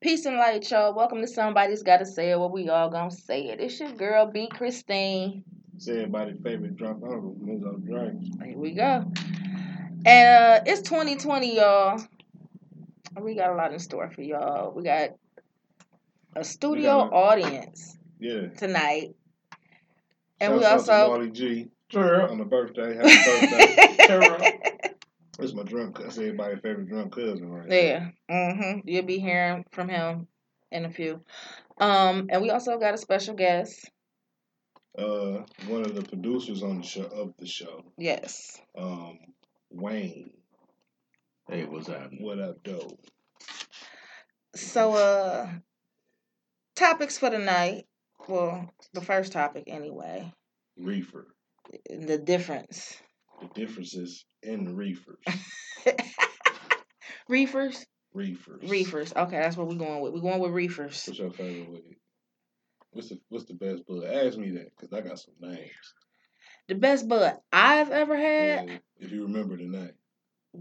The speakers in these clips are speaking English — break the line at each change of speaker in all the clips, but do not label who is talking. Peace and light, y'all. Welcome to Somebody's Gotta Say It, where we all gonna say it. It's your girl, B. Christine.
It's everybody's favorite drunk uncle, Muzo Drake.
Here we go. And uh, it's 2020, y'all. We got a lot in store for y'all. We got a studio
We got a-
audience
Yeah.
tonight. And we
Shouts out to
also.
Marley G
Girl.
on the birthday. Happy birthday. That's my drunk. That's everybody's favorite drunk cousin, right? there.
Yeah. Mm-hmm. You'll be hearing from him in a few. Um, and we also got a special guest.
Uh, one of the producers on the show of the show,
Yes.
um, Wayne.
Hey, what's happening?
What up, though?
So uh topics for the night. Well, the first topic anyway.
Reefer.
The difference.
The differences in reefers.
Reefers?
Reefers.
Reefers. Okay, that's what we're going with. We're going with reefers.
What's your favorite weed? What's the What's the best bud? Ask me that because I got some names.
The best bud I've ever had,
And if you remember the name,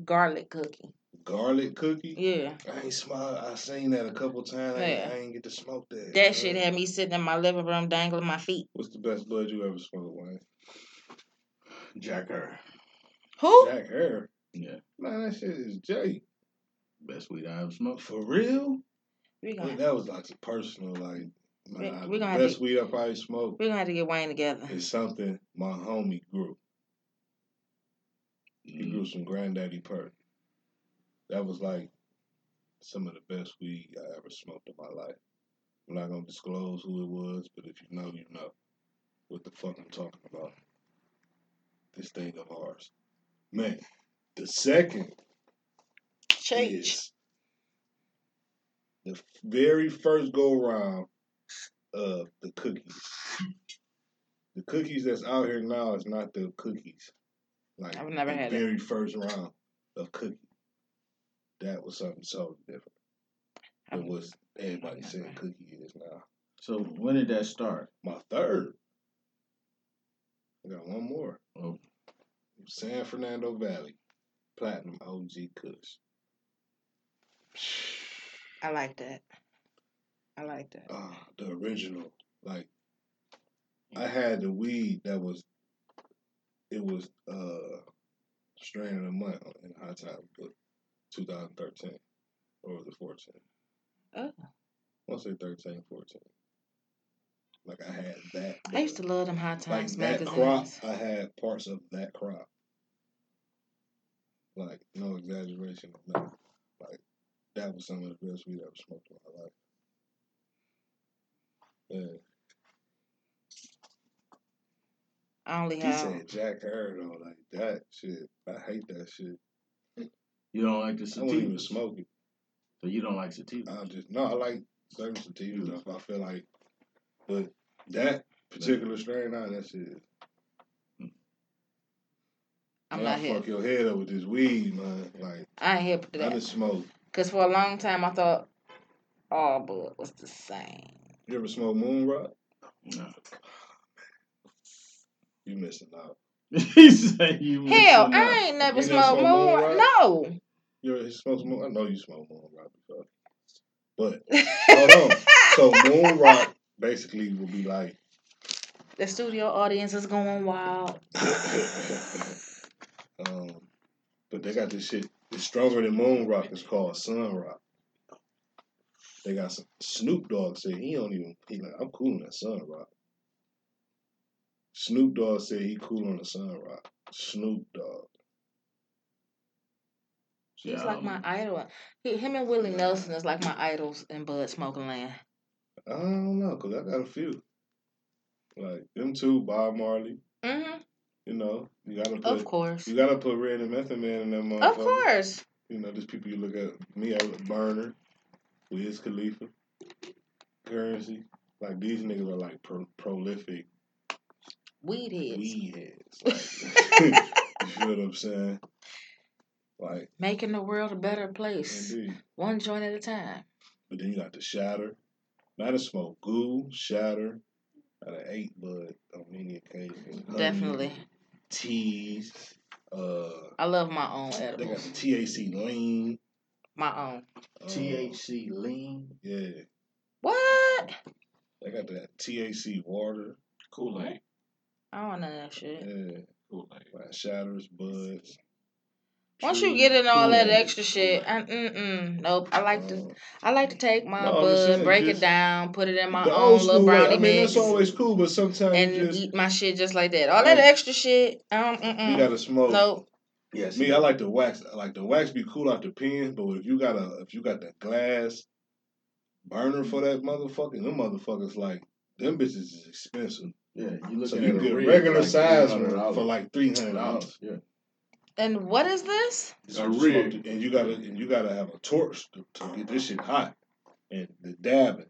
garlic cookie.
garlic cookie.
Yeah.
I ain't smile. I seen that a couple times. I, ain't, I ain't get to smoke that.
That
Uh,
shit had me sitting in my living room dangling my feet.
What's the best bud you ever smoked, Wayne?
Jacker.
Who?
Jack Hare.
Yeah.
Man, that shit is Jay.
Best weed I ever smoked.
For real?
We
Man,
gonna,
that was like some personal, like
We-
man,
we
the
gonna have
best
to-
weed I probably smoked
we gonna have to get Wayne together.
is something my homie grew. He
Mm,
grew some granddaddy perk. That was like some of the best weed I ever smoked in my life. I'm not gonna disclose who it was, but if you know, you know what the fuck I'm talking about. This thing of ours. Man, the second
Change.
is the very first go round of the cookies. The cookies that's out here now is not the cookies. Like
I've never
the
had it.
very first round of cookie. That was something so different than what everybody
I've
saying
never-
cookie is now.
So when did that start?
My third. I got one more.
Oh,
San Fernando Valley. Platinum OG Kush.
I like that. I like that.
uh, the original. Like I had the weed that was it was uh strain of the month in high time but 2013 or was it 14?
Oh.
I want to say 13, 14. Like I had that.
I used to love them High
like
Times
that crop.
magazines.
I had parts of that crop. Like no exaggeration, no. Like that was some of the best weed I ever smoked in my life. Yeah.
I only
He
have.
said Jack Heard on like that shit. I hate that shit.
you don't like the
I
sativa?
won't even smoke it.
So you don't like sativa?
I just no. I like certain sativas. if I feel like, but that particular strain, nah, that shit.
I'm
Man,
not
I
here.
Fuck your head up with this weed, man. Like
I ain't here for
I
that.
just smoke.
Because for a long time, I thought all bud was the same.
You ever smoke moon rock?
no.
You missing out.
he said
Mm-hmm.
you.
Hell,
missing
I ain't never
You done
smoked
smoked
moon.
Moon Rock?
No.
You ever smoked moon? I know you smoke moon rock before, but hold on. So moon rock basically will be like
the studio audience is going wild.
um, but they got this shit. It's stronger than Moon Rock. It's called Sun Rock. They got some Snoop Dogg said he don't even. He like I'm cool on that Sun Rock. Snoop Dogg said he cool on the Sun Rock. Snoop Dogg.
He's
Yeah,
like
um,
my idol. He, him and Willie Nelson is like my idols in Bud Smoking Land.
I don't know because I got a few. Like them two, Bob Marley.
hmm
You know, you gotta put
Of course.
Mm-hmm. you gotta put Red and Method Man in that motherfucker.
Of course.
You know, there's people you look at. Me, I look Burner, Wiz Khalifa, Currency. Like, these niggas are like pro- prolific
Weed heads.
weed heads. Like, you feel what I'm saying? Like,
Making the world a better place.
indeed.
One joint at a time.
But then you got the Shatter. Not a smoke. Goo, Shatter. Out of eight, bud on many occasions. Honey,
Definitely.
Teas. Uh,
I love my own
they got
edibles.
the TAC lean.
my own.
Uh,
THC lean.
Yeah,
What?
they got that THC water.
Kool Aid.
I don't know that shit.
Yeah,
Kool Aid.
like shatters, buds.
Once
true
you get in all that
Kool-Aid.
extra shit, I, mm-mm, nope. I like to
Uh,
I like to take my
No, I'm just
bud,
saying,
break it
just-
down, put it in my
the
own
old
little
school. way. I
brownie
mean,
mix,
that's always cool, but sometimes
and
you just
eat my shit just like that. All that
Like-
extra shit, um,
you
mm-mm,
gotta smoke.
nope.
Yes.
Me, I like the wax. I like the wax be cool out the pen, but if you got a if you got the glass burner for that motherfucker, them motherfuckers like them bitches is expensive.
Yeah. You look
So
at
you
a
get
rig,
regular
like,
size
$300.
one for like three hundred dollars.
Yeah.
And what is this?
A rig.
and you gotta and you gotta have a torch to, to get this shit hot, and the dabbing,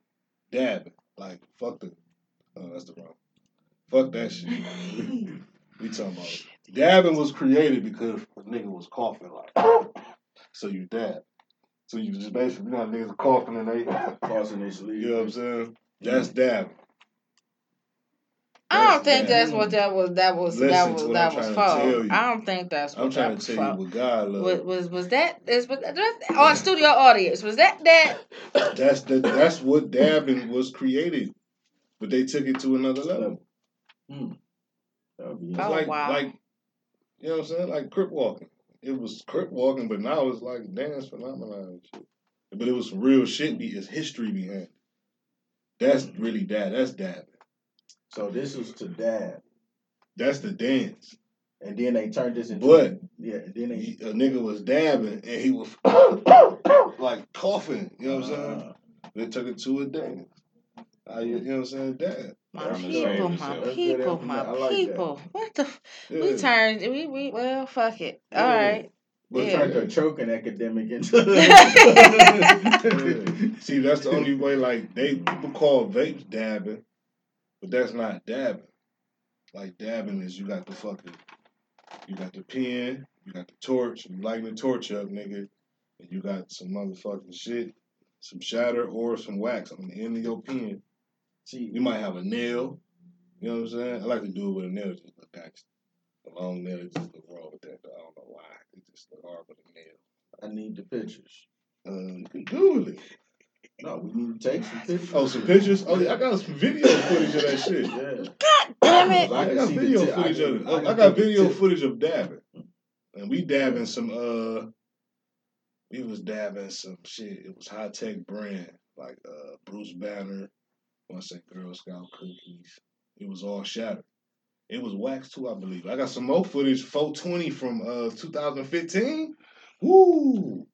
dabbing like fuck the, oh that's the wrong, fuck that shit. we talking about dabbing was created because a nigga was coughing like, so you dab, so you just basically you know how niggas coughing and they,
Crossing this lead.
you know what I'm saying? That's dabbing.
I don't
That's
think
bad.
that's what that was. That was that
Listen
was
to what
that
I'm
was
trying to tell
for.
you.
I don't think that's what
I'm
that
trying
was
to tell you
for.
what God
Was,
love.
was was that is was that on studio audience? Was that that?
That's the, that's what dabbing was created, but they took it to another level.
Hmm. That would be
Oh,
like
wow.
like you know what I'm saying? Like crip walking. It was crip walking, but now it's like dance phenomenon and shit. But it was some real shit. Be it's history behind. It. That's really dab. That's dabbing.
So this was to dab,
That's the dance.
and then they turned this into.
But
Yeah. and Then they.
he- a nigga was dabbing and he was like coughing. You know what I'm saying?
Uh,
They took it to a dance. I, you know what I'm saying? Dab.
My
Trying to
people,
save
my
yourself.
That's good
people,
information. I
my
like that.
people. What the? F- We
Yeah.
turned. We we well. Fuck it. All
Yeah.
right.
But
Yeah.
Turned
yeah.
their choking academic into.
See, that's the only way. Like they people call vapes dabbing, but that's not dabbing. Like dabbing is you got the fucking, you got the pen, you got the torch, you lighting the torch up, nigga, and you got some motherfucking shit, some shatter or some wax on the end of your pen. You
See,
might have a nail. You know what I'm saying? I like to do it with a nail, just look gangster. A long nail it just look wrong with that. But I don't know why. It just look hard with a nail.
I need the pictures.
Uh, you can Google it.
No, we need to take some pictures.
Oh, some pictures. Oh, yeah, I got some video footage of that shit.
Yeah.
Damn it.
I
I
can
got
see the
video
tip. I
footage
can-
of it.
I can
I, got
see the
video
tip.
footage of dabbing,
Mm.
and we dabbing some. Uh, we was dabbing some shit. It was high tech brand like uh Bruce Banner, once said Girl Scout cookies. It was all shattered. It was wax too, I believe. I got some more footage, 420 from uh 2015. Woo!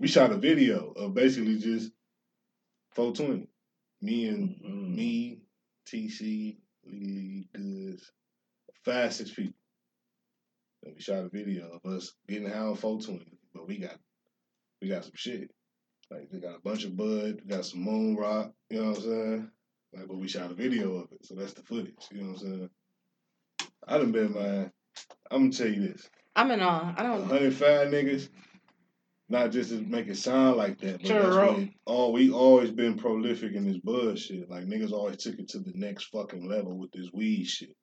We shot a video of basically just 420. Me and
Mm.
Mhm.
me, TC, Lee Goods, five, six people. And we shot a video of us getting high on 420, but we got we got some shit. Like we got a bunch of bud, we got some moon rock, you know what I'm saying? Like but we shot a video of it, so that's the footage, you know what I'm saying? I done been man, I'm gonna tell you this.
I'm in awe. I don't.
105 niggas, not just to make it sound like that, but that's
Sure.
really all we always been prolific in this bud shit. Like niggas always took it to the next fucking level with this weed shit.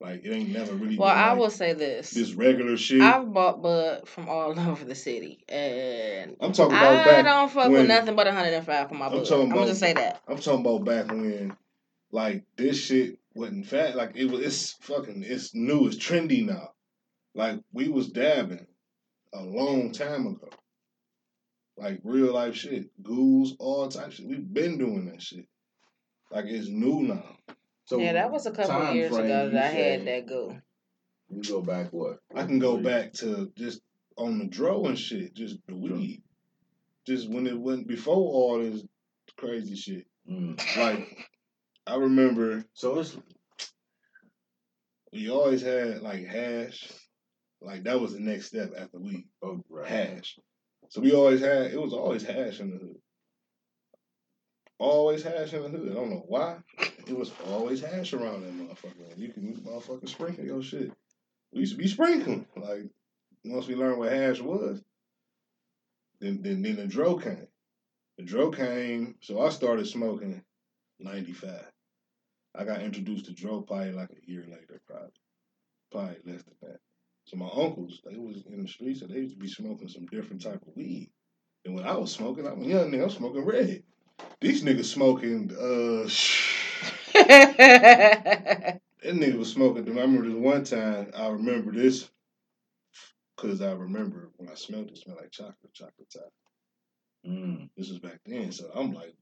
Like it ain't never really.
Well,
been
I
like
will say this.
this regular shit. i
I've bought bud from all over the city, and
am talking about
I
back.
don't fuck with
when-
nothing but 105 for my
I'm
bud.
talking
I'm gonna
about-
just say that.
I'm talking about back when, like this shit wasn't fat. Like it was. It's fucking. It's new. It's trendy now. Like we was dabbing a long time ago. Like real life shit, ghouls, all types. Shit. We've been doing that shit. Like it's new now.
So
yeah, that was a couple of
time
years
frame,
ago
you
that I had
say-
that go.
We go back what?
I can go back to just on the draw and shit, just the weed, just when it wasn't before all this crazy shit.
Mm.
Like I remember
So it's
we always had like hash, like that was the next step after weed,
oh right.
hash. So we always had it was always hash in the hood. Always hash in the hood. I don't know why. It was always hash around that motherfucker. You can motherfucking sprinkle your shit. We used to be sprinkling. Like once we learned what hash was, then then, then the dro came. The dro came, so I started smoking ninety five. I got introduced to dro probably like a year later, probably. Probably less than that. So my uncles, they was in the streets and they used to be smoking some different type of weed. And when I was smoking, I'm a young nigga. I'm smoking red. These niggas smoking. Uh, that nigga was smoking. I remember the one time. I remember this because I remember when I smelled it, it smelled like chocolate, chocolate top.
Mm.
This was back then, so I'm like,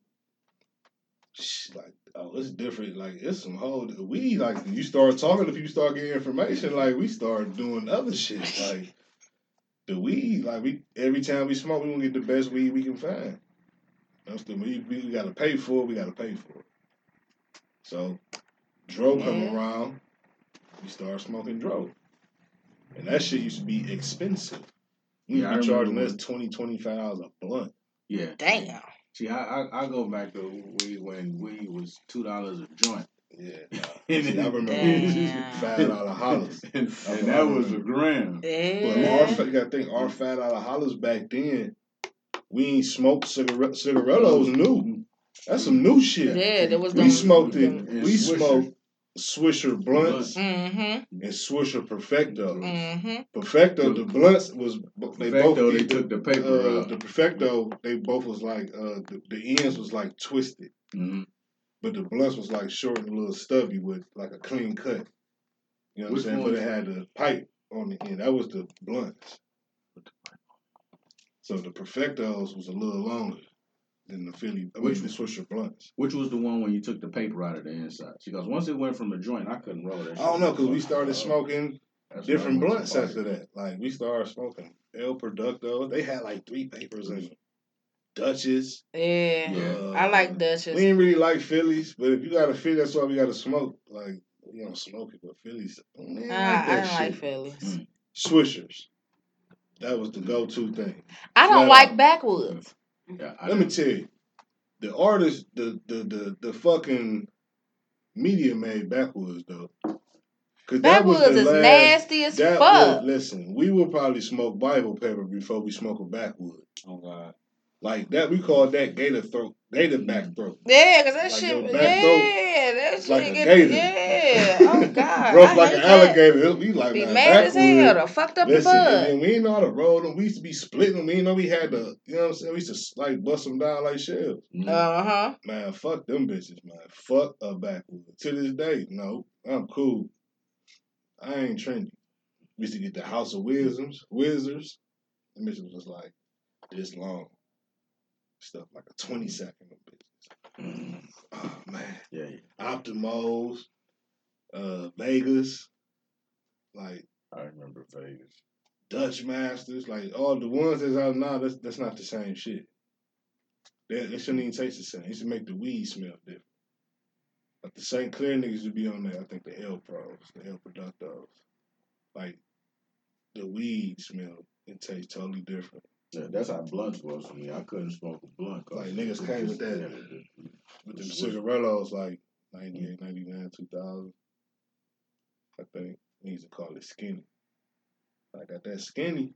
sh- like, oh, it's different. Like, it's some whole we like. You start talking, if you start getting information, like we start doing other shit. Like the weed, like we every time we smoke, we gonna get the best weed we can find. That's the we, we gotta pay for. it, We gotta pay for it. So, dro come
Yeah.
around, we start smoking dro, and that shit used to be expensive. We
Yeah, I
yeah, be charging
remember
us 20 dollars a blunt.
Yeah.
Damn.
See, I, I I go back to weed when weed was two dollars a joint.
Yeah, nah. See, I remember
Damn.
five dollar hollers.
and
I
that was a
remember.
gram.
But
Yeah.
our fa- you gotta think our five dollar hollers back then. We ain't smoked cigarette. Cigarettos new. That's some new shit.
Yeah, there was
We
them-
smoked it.
them-
And
we
Swisher. Mm-hmm.
smoked Swisher blunts
Mhm.
and Swisher Perfecto.
Mhm.
Perfecto, the blunts was they
Perfecto,
both
they
did
took the
the,
paper
uh,
out.
the Perfecto. They both was like uh, the, the ends was like twisted,
Mhm.
but the blunts was like short and a little stubby with like a clean cut. You know what
Which
I'm saying?
one?
But it had the pipe on the end. That was the blunts. So the perfectos was a little longer than the Philly. I mean,
Which
the Swisher blunts.
Which was the one when you took the paper out of the inside? She goes, once it went from the joint, I couldn't roll that.
I
Shit.
don't know because we
Oh,
started smoking
that's
different
when I went
blunts
to
after that. Like we started smoking El Producto. They had like three papers in them. Dutchess.
Yeah.
Yeah.
uh,
I like
We
Dutchess.
ain't really like Phillies, but if you got a Philly, that's why we got to smoke. Like you don't smoke it, but Phillies. Man,
Nah,
I like
I
that
don't
shit.
like Phillies.
Mm.
Swishers. That was the go-to thing.
I don't
Flat
like
out.
backwoods.
Yeah, I
Let me tell you, the artist, the the the, the fucking media made Backwoods though. Cause
Backwoods is nasty as fuck.
that was- listen, we will probably smoke Bible paper before we smoke a backwood.
Oh God.
Like that, we call that gator throat, gator back throat.
Yeah, cause that
Like
shit.
your
Yeah,
back throat
that shit
like a
get.
gator.
Yeah. Oh God.
Rough
I
like
hate
an
that.
alligator. We like
Be
man,
mad as
Backwood.
hell. The fucked up
Listen, and
bud.
then we didn't know how to roll them. We used to be splitting them. We didn't know we had to, you know what I'm saying? We used to like bust them down like shells.
Mm.
Uh huh.
Man, fuck them bitches, man. Fuck a backwood. To this day, no, I'm cool. I ain't trendy. We used to get the House of Wisdoms, Wizards. The bitches was like this long. Stuff like a 20 second bitches.
Mm.
Oh, man.
Yeah,
Optimos, uh, Vegas, like
I remember Vegas.
Dutch Masters, like all the ones that's out now, that's, that's not the same shit. That, it shouldn't even taste the same. It should make the weed smell different. But the St. Clair niggas would be on there. I think the L Pros, the L Productos. Like, the weed smell and taste totally different.
Yeah, that's how blunts was for me. I couldn't smoke a blunt. 'cause
Like, niggas
it
came
just-
with that.
yeah, it-
With them
Which-
cigarillos, like 98, 99, 2000. I think they used to call it skinny. I got that skinny,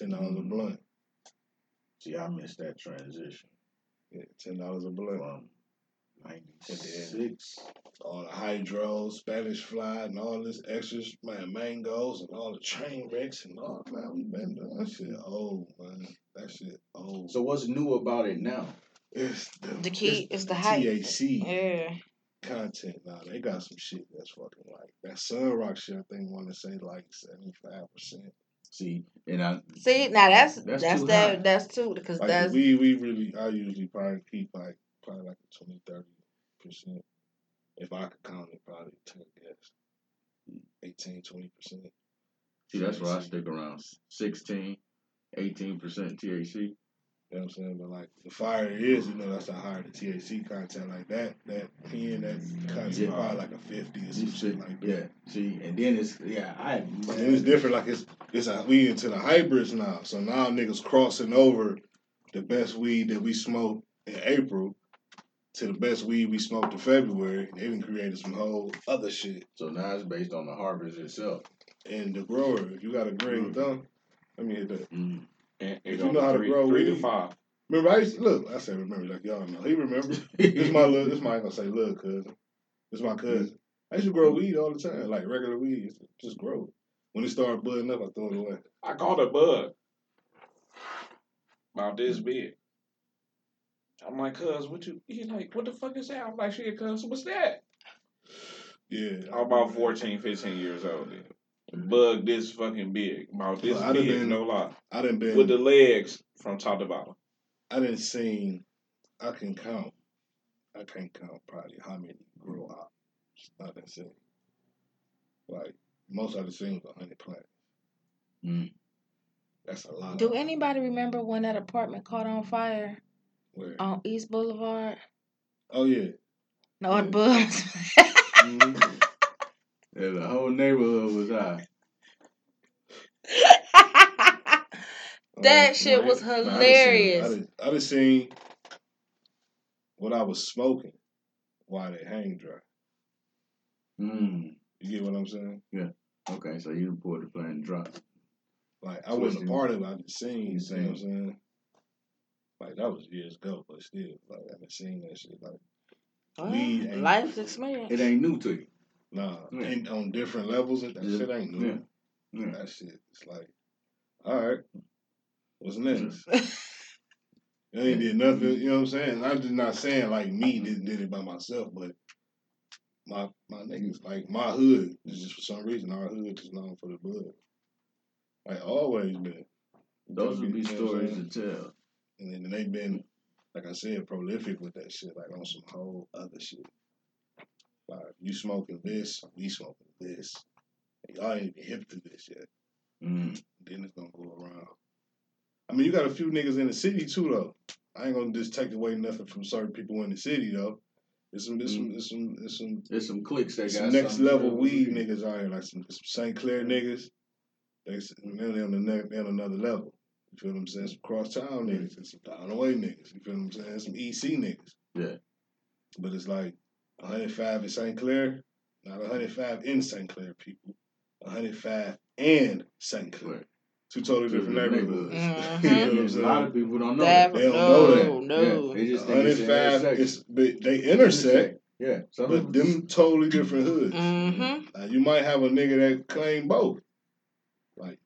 $10 a
Mhm.
blunt.
See, I missed that transition
Yeah, $10 a blunt.
from '96.
All the hydros, Spanish fly, and all this extra, man, mangoes, and all the train wrecks, and all, man, we been doing that shit old, man. That shit old.
So what's new about it now?
It's the,
The key
it's
is the hype.
THC
Yeah.
content. Now they got some shit that's fucking like that Sun Rock shit. I think want to say like seventy five percent.
See, and I
See, now that's that's,
That's too high.
that that's too because
Like
that's
we we really I usually probably keep like probably like 20 30 percent. If I could count it, probably take a guess. 18 20 percent.
see that's where I stick around 16, 18 percent THC.
You know what I'm saying? But like the fire is, you know, that's a higher the THC content like that. That pen that content
Yeah.
probably like a fifty or some shit like that.
Yeah. See, and then it's yeah. I
And it's different. Like it's it's a, we into the hybrids now. So now niggas crossing over the best weed that we smoked in April to the best weed we smoked in February. They done created some whole other shit.
So now it's based on the harvest itself.
And the grower, if you got a green
Mm.
with them, I mean the
Mm.
And, and
If
go
you know how to
three,
grow
three to
weed.
five.
remember I used to, look, I said remember like y'all know. He remember. This my little this my I ain't gonna say little cousin. This my
Mm.
cousin. I used to grow weed all the time, like regular weed. Used to Just grow. it. When it started budding up, I throw it away.
I caught a bug. about this
Mm.
big. I'm like, cuz, what you? He like, what the fuck is that? I'm like, shit, cuz, what's that?
Yeah.
I'm about 14, 15 years old. Then. Bug this fucking big, about this
Well, I done
big,
been-
no lie,
I didn't been
with the legs from top to bottom.
I didn't seen. I can count. I can't count probably how many grow out. I didn't see. Like most I've seen was hundred plants.
Mm.
That's a lot.
Do anybody remember when that apartment caught on fire
Where-
on East Boulevard?
Oh yeah.
No,
Yeah.
it bugs.
Mhm.
Yeah, the whole neighborhood was high.
That
Oh,
shit
man.
was
I done seen-
hilarious.
I done- I done seen what I was smoking while they hang dry.
Mm.
You get what I'm saying?
Okay, so you poured the plant and dropped. it.
Like I
So
wasn't a
you-
part of it. I just seen. You
you
see what I'm saying? Like that was years ago, but still, like I done seen that shit. Like We
Well,
ain't-
life's experience.
It ain't new to you.
nah,
Yeah.
and on different levels, and that
Yeah.
shit ain't new.
Yeah. Yeah.
That shit, it's like, all right, what's next? They ain't did nothing. You know what I'm saying? I'm just not saying like me did, did it by myself, but my my niggas, like my hood, is just for some reason our hood is known for the blood. Like always been.
Those would be
You know what I'm
stories
saying?
to tell.
And then they've been, like I said, prolific with that shit, like on some whole other shit. Like, you smoking this, we smoking this. Y'all ain't even hip to this yet.
Mm.
Then it's gonna go around. I mean, you got a few niggas in the city too, though. I ain't gonna just take away nothing from certain people in the city, though. There's some, there's some, there's some, there's some,
There's some clicks that
some
got
next
something to
level
do with
weed
it.
niggas out here, like some, some St. Clair niggas. They, s- they're on the ne- they're on another level. You feel what I'm saying? Some cross town niggas and some down the way niggas. You feel what I'm saying? Some EC niggas.
Yeah.
But it's like 105 in St. Clair, not 105 in St. Clair people. 105 and St. Clair.
Right.
Two totally
Two
different
different
neighborhoods.
neighborhoods.
you know what I'm
And a lot of
saying?
people don't know
That-
that.
They don't know that.
no,
Yeah,
no.
they
Mm.
just think it's an
105
intersection.
is, but they intersect,
Yeah. Some
but
of them.
them totally different hoods.
Mm-hmm.
Now, you might have a nigga that claim both. Like,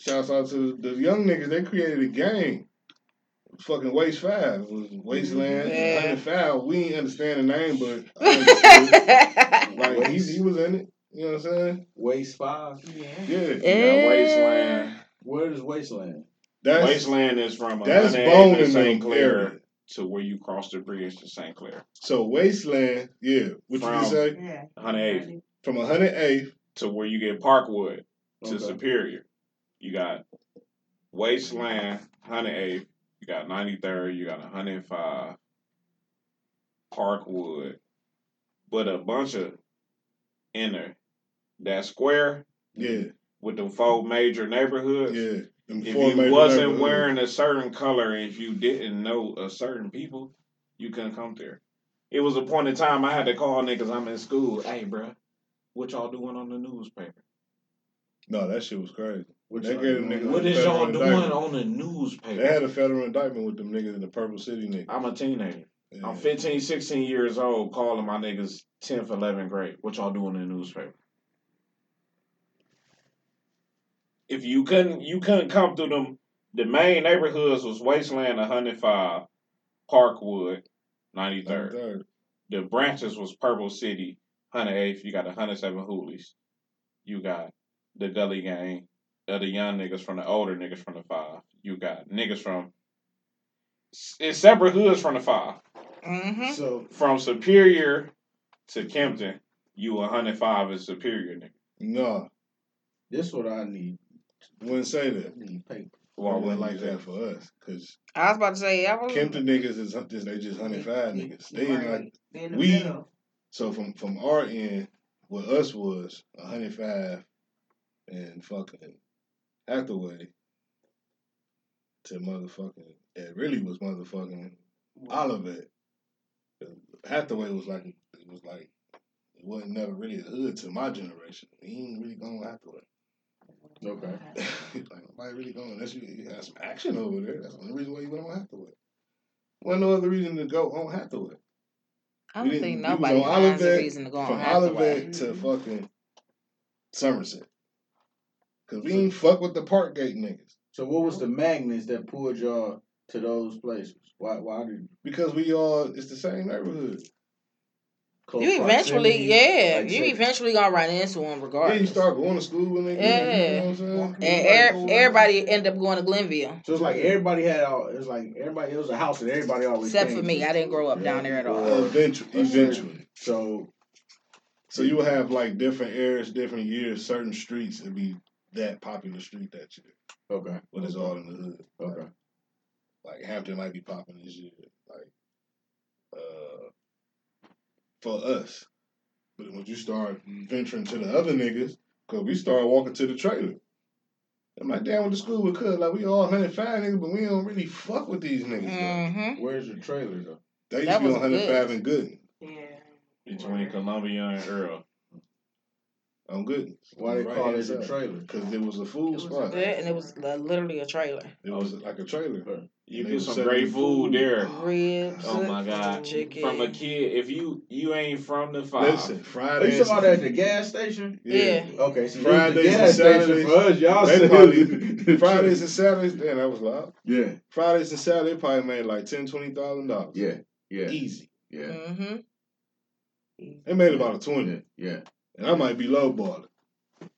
shouts out to the, the young niggas. They created a game. Fucking Waste Five. It was Wasteland.
Yeah.
105. We ain't understand the name, but I understood. like, he, he was in it. You know what I'm saying?
Waste five.
Yeah.
Yeah.
Yeah,
Yeah.
wasteland.
Where is wasteland?
That's,
wasteland is from
that's
108 to
bone in
St.
the
Clair
area.
to where you cross the bridge to St. Clair.
So Wasteland, yeah. What you
From-
can say?
Yeah.
108
From 108th
to where you get Parkwood to
Okay.
Superior. You got Wasteland, 108th, you got 93rd, you got 105, Parkwood. But a bunch of inner that square
Yeah,
with the four major neighborhoods.
yeah. Them
If
four
you
major
wasn't
neighborhoods.
wearing a certain color, if you didn't know a certain people, you couldn't come there. It was a point in time I had to call niggas I'm in school. Hey, bruh, what y'all doing on the newspaper?
no, that shit was crazy.
What
They
y'all
gave them
doing?
niggas
What
a
is y'all
federal
doing
indictment.
on the
They had
newspaper?
a federal indictment with them niggas in the Purple City niggas.
I'm a teenager.
Yeah.
I'm 15, 16 years old, calling my niggas 10th, 11th grade. What y'all doing in the newspaper? If you couldn't, you couldn't come through them. The main neighborhoods was Wasteland, 105, Parkwood, 93rd.
Third.
The branches was Purple City, 108th. You got the 107 Hoolies. You got the Gully Gang, the other young niggas from the older niggas from the five. You got niggas from it's separate hoods from the five.
Mm-hmm.
So
From Superior to Kempton, you 105 is Superior nigga.
No,
this what I need.
wouldn't say
I
that.
need paper.
Well,
Well,
it
we
wasn't like that for us, cause
I was about to say, I was.
Kempton niggas is hun- just they just hundred five niggas. They ain't like
In the
we-
middle.
so from from our end, what us was hundred five and fucking Hathaway to motherfucking it really was motherfucking Olivet. Hathaway was like it was like it wasn't never really a hood to my generation. He ain't really going Hathaway.
Okay.
like nobody really going unless you, you had some action over there. That's the only reason why you went on Hathaway. Wasn't no other reason to go on Hathaway.
I
we
don't
didn't-
think
we was
nobody
on
finds a
Olivet
reason to go on
From
Hathaway. Mm-hmm.
Olivet to fucking Somerset. Cause we ain't fuck with the Parkgate niggas.
So what was the magnets that pulled y'all to those places? Why why did
Because we all it's the same neighborhood.
close
you eventually,
proximity,
yeah,
like,
you
say-
eventually gonna run into them
Then you
regardless.
start going to school with niggas.
Yeah.
You know what I'm saying?
and er- everybody end up going to Glenville,
So it's like everybody had all. It's like everybody. It was a house that everybody always.
except for
came
me.
to.
I didn't grow up down there at all.
Eventually, eventually.
So
So you will have like different eras, different years, certain streets. It'd be that popular street that year,
okay,
but
Mm-hmm.
it's all in the hood.
okay.
Like Hampton might be popping this year, like uh, for us. But when you start venturing to the other niggas, cause we start walking to the trailer. I'm like, damn, with the school with cuz like we all 105 niggas, but we don't really fuck with these niggas. though.
Mm-hmm.
Where's your trailer though?
They used
That
to be on
was
105
good.
and Gooden.
Yeah.
Between Columbia and Earl.
On Gooden.
Why they
Right
call
hand
it a
side.
trailer?
Cause it was a food spot.
There, and it was li- literally a trailer.
It was like a trailer.
You
They
get
was
some
selling
great food there.
Ribs. uh,
Oh my god.
Chicken.
From a kid, if you you ain't from the five,
Listen,
Are
Fridays.
you talking about at the gas station?
Yeah.
Okay, see,
Fridays
the gas
and
station
Saturdays.
for us, y'all
They
said
probably- Fridays and Saturdays. Damn, that was loud.
Yeah,
Fridays and Saturdays, they probably made like ten, twenty thousand dollars.
yeah, yeah,
Easy.
yeah,
Mm-hmm.
They made about a twenty,
yeah, yeah.
and I might be lowballing.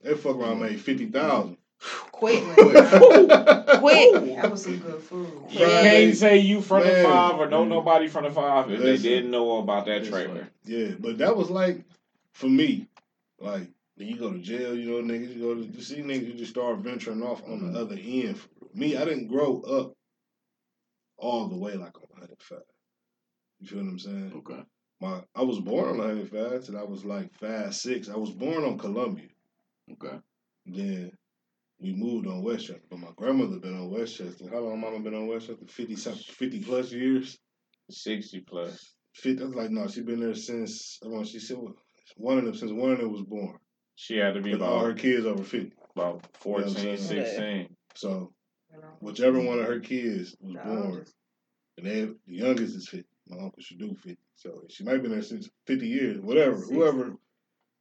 They fuck around made fifty thousand.
Quick. Quick.
That was some good food.
you can't say you from
Man.
the five or don't nobody from the five if they
Listen.
didn't know about that trailer.
Yeah, but that was like for me, like when you go to jail, you know, niggas, you go to you see niggas, you just start venturing off on the other end. Me, I didn't grow up all the way like on 105. You feel what I'm saying?
Okay.
My I was born on 105 till I was like five, six. I was born on Columbia.
Okay.
Then we moved on Westchester, but my grandmother been on Westchester. How long mama been on Westchester? 50, some- 50 plus years.
Sixty plus.
Fifth, I was like, no, she been there since. I mean, she said one of them since one of them was born.
She had to be
Because all her
about,
kids over fifty. You know
about
what
14,
I'm
saying?
16.
So whichever one of her kids was
No.
born, and they, the youngest is fifty. My uncle should do fifty. So she might been there since fifty years, whatever,
Sixty.
whoever,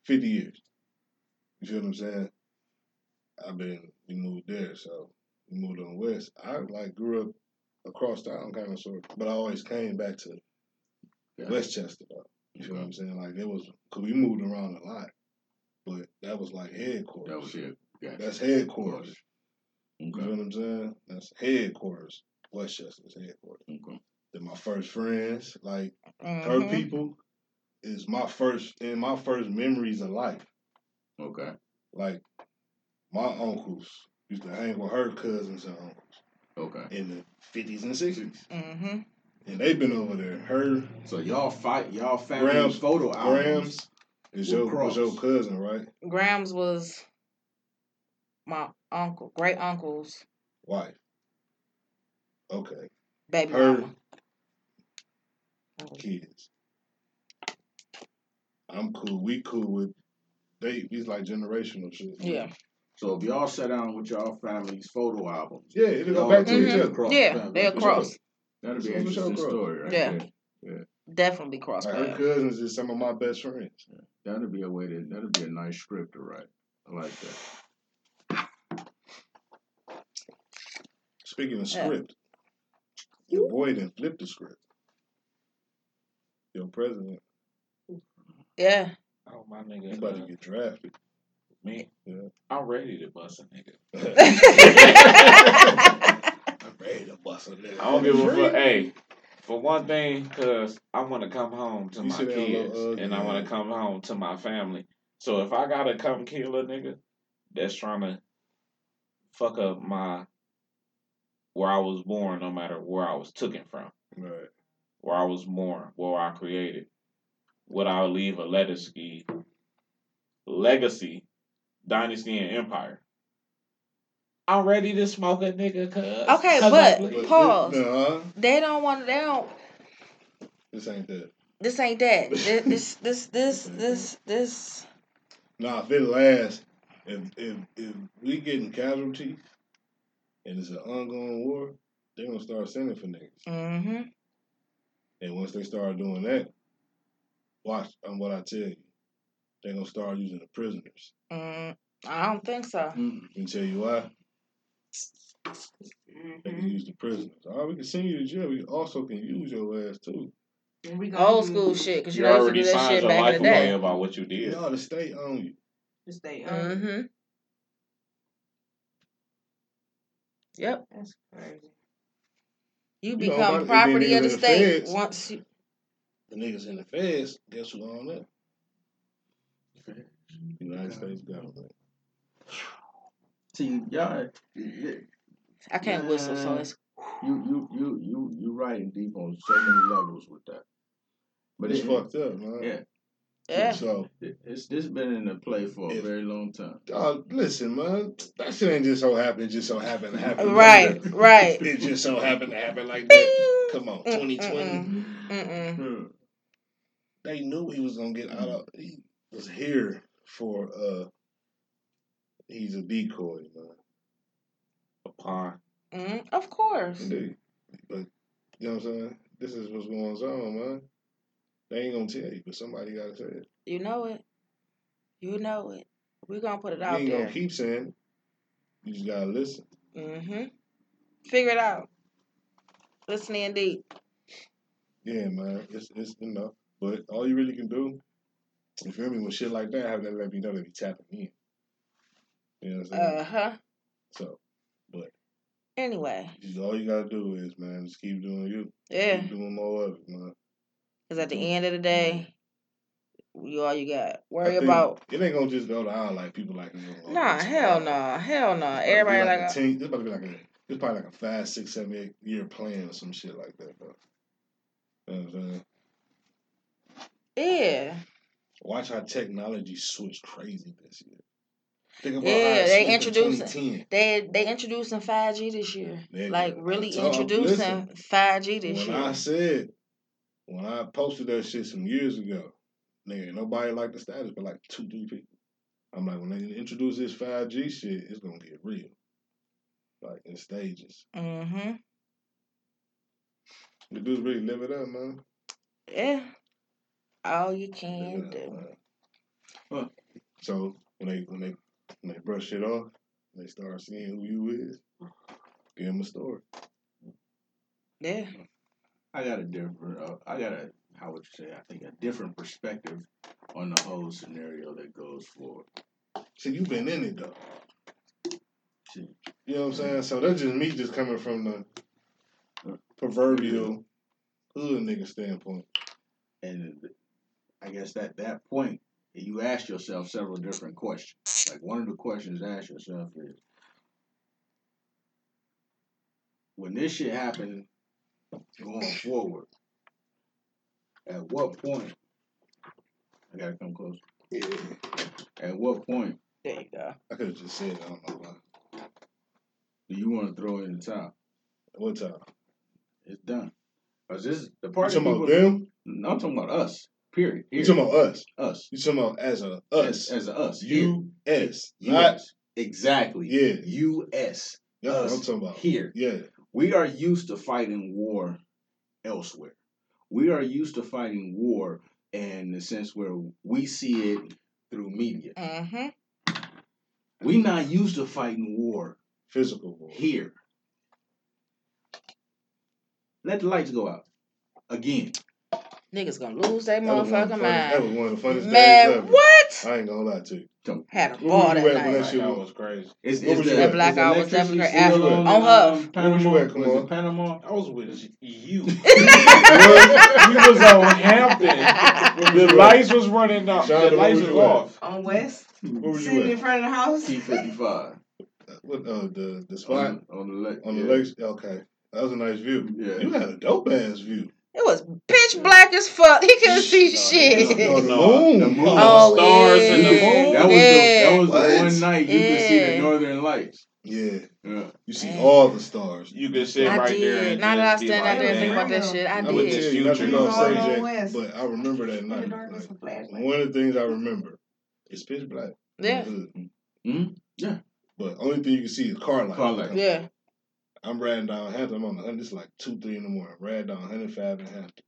fifty years. You feel what I'm saying? I've been we moved there, so we moved on west. I like grew up across town, kind of sort, of, but I always came back to
Yeah.
Westchester. Though. You feel what I'm saying? Like it was because we moved around a lot, but that was like headquarters.
That was it. Gotcha.
That's headquarters. You
Okay.
feel what I'm saying? That's headquarters. Westchester's headquarters.
Okay.
Then my first friends, like her
Mm-hmm.
people, is my first and my first memories of life.
Okay.
Like my uncles used to hang with her cousins and uncles
Okay.
in the fifties and sixties,
Mm-hmm.
and they've been over there. Her
So y'all fight, y'all family
Grams-
photo albums.
Grams is
Well,
your was your
Cross.
cousin, right?
Grams was my uncle, great uncle's
Wife. Okay,
baby
Her-
mama.
kids. I'm cool. We cool with they. He's like generational shit.
Yeah.
So if y'all sat down with y'all family's photo albums,
Yeah, it'll go
y'all
back to
would
Mhm.
each
get
other.
across the
Yeah,
family.
they across.
That'd be
So
an
what's your
interesting
growth?
story, right?
Yeah.
there.
Definitely cross
Like, her
paths.
cousins is some of my best friends.
That'd be a way to. That'd be a nice script to write. I like that.
Speaking of
Yeah.
script, your boy didn't flip the script. Your president,
Yeah.
Oh my
you
nigga.
about to
uh,
get drafted.
me.
Yeah.
I'm ready to bust a nigga.
I'm ready to bust a nigga.
I don't give a fuck. Hey, for one thing, cause I want to come home to
You
my
sit down, little
kids,
ugly
and I want
man.
to come home to my family. So if I gotta come kill a nigga that's trying to fuck up my where I was born, no matter where I was taken from,
Right.
where I was born, where I created, would I leave a legacy, legacy, dynasty, and empire? I'm ready to smoke a nigga, cuz.
Okay,
'Cause
but-
I'm ble-
Pause.
This, nah,
They don't want. They don't.
this ain't that.
This ain't that. This. This. This. This. This. this.
Nah, if it lasts, if if if we getting casualties and it's an ongoing war, they're gonna start sending for niggas.
Mm-hmm.
And once they start doing that, watch on what I tell you. They're gonna start using the prisoners.
Mm, I don't think so.
Let me tell you why. They
Mm-hmm.
Mhm.
can use the prisoners. All we can send you to jail. We also can use your ass too.
And we gonna
Old
do
school shit, because you,
You
know, you used to
already
do that
signed
shit
your
back
life
in the day.
away about what you did.
No, the state own you.
to stay up.
Mm-hmm. Yep.
That's crazy.
You
You
become
know, my-
property
and
of
then
the
niggas in the
state
feds.
once you.
The niggas in the feds, guess who own that? United States government.
See, y'all, you
I can't whistle, so
Man.
it's.
you you you you writing deep on so many levels with that.
But
But
it's
it,
fucked up, man.
Yeah.
Yeah.
So,
it- it's this been in the play for a
If-
very long time.
dog, listen, man. That shit ain't just so happen. It just so happen to happen. like
Uh, Right,
that.
right.
It just so happened to happen like that.
Bing!
Come on,
Mm,
2020.
Mm-mm.
Hmm.
They knew he was gonna get out. Of, he was here for. uh He's a decoy, man.
Upon.
Mm, of course.
Indeed. But you know what I'm saying? This is what's going on, man. They ain't gonna tell you, but somebody gotta say it.
You know it. You know it. We're going to put it
You
out
ain't
there.
gonna keep saying it. You just gotta listen.
Mm-hmm. Figure it out. Listen in deep.
Yeah, man. It's it's you know. But all you really can do, you feel me, when shit like that happen, they let me know they be tapping in. You know what I'm saying?
Uh huh.
so
Anyway,
you- all you gotta do is, man, just keep doing you.
yeah.
Keep doing more of it, man.
Because at the
Mm-hmm.
end of the day, you all you got.
I
Worry
think
about.
it ain't gonna just go down like people like me.
Nah, hell no, hell no.
It's about to be
Everybody like,
a
a,
ten, it's about to be like a it's probably like a five, six, seven, eight year plan or some shit like that, bro. You know what I'm saying?
yeah,
Watch how technology switched crazy this year. Think about
Yeah,
how it
they
switched in
introduced it.
2010.
they they introducing five G this year.
Nigga,
Like
I'm
really
talking-
introducing five G
When
this
I
year.
said, when I posted that shit some years ago, nigga, nobody liked the status but like two, three people. I'm like, when they introduce this 5G shit, it's gonna get real. Like in stages.
Mm-hmm.
The dudes really live it up, man.
Yeah. All you
Live
can
it up,
do.
man.
Huh.
uh, So when they when they when they brush it off, they start seeing who you is. Give them a story.
Yeah.
I got a different. Uh, I got a how would you say? I think a different perspective on the whole scenario that goes forward.
See, you been in it though.
Shit.
You know what I'm saying? So that's just me just coming from the proverbial hood nigga standpoint.
and I guess at that point you ask yourself several different questions. Like one of the questions to ask yourself is, when this shit happened going forward, at what point? I gotta come close. At what point
There you go.
I could have just said, it, I don't know why.
do you want to throw in the towel?
What time?
It's done. Cause this the
You
part
talking
of
about
people.
them?
No, I'm talking about us. Period.
You
Here.
talking about us?
us.
You talking about as a
Us.
us?
As, a us. here.
You s not
U.S. Exactly.
Yeah.
U.S.
that's what I'm
us
talking about.
here.
Yeah,
We are used to fighting war elsewhere. We are used to fighting war in the sense where we see it through media.
Mm-hmm.
We're not used to fighting war
physical war.
here. Let the lights go out again.
Niggas gonna lose their
That was, one of the
motherfucking
funny- that was
mind.
one of the funniest days
Man,
ever.
what?
I ain't gonna lie to you.
Had a
Where
ball
were
that
you at when that
night.
shit
That
was?
was crazy.
Is,
What
is
was
the,
you at?
is
Blackout was
electricity
definitely
still
after-
on,
on
um,
her.
Where was you at,
Panama? Was
Kamal?
it Panama?
I was with you.
What?
you was on Hampton.
Where
The
was you at?
lights was running out.
Shonda,
The lights
where
was
you at?
off.
On West,
Where was you
sitting in
at?
front of the house.
T55.
What, uh, the, the spot
On, on the lake.
on the
yeah.
lake? Okay. That was a nice view.
Yeah.
You had a dope ass view.
It was pitch black as fuck. He couldn't see
No,
shit.
it
Oh,
was-
the
No,
moon.
the moon.
Oh,
stars
yeah.
and the moon.
That was
yeah.
the, that was the
What?
one night you could see the
Yeah.
northern lights.
Yeah.
Yeah.
You see
Man.
all the stars.
You can sit
I
right
did.
there and
now that I
just be
stand
like,
out there and think
damn.
about that shit, I
I,
did.
would tell you nothing
Future.
about
Going on
Sajak,
west.
but I remember that
In the
night.
dark with some
Like,
flashlights.
one of the things I remember is pitch black.
yeah.
Mhm. Yeah.
But only thing you can see is car lights.
Car lights.
Like,
Yeah.
I'm riding down Hampton. I'm on the hundred. It's like two, three in the morning. Riding down 105 in Hampton.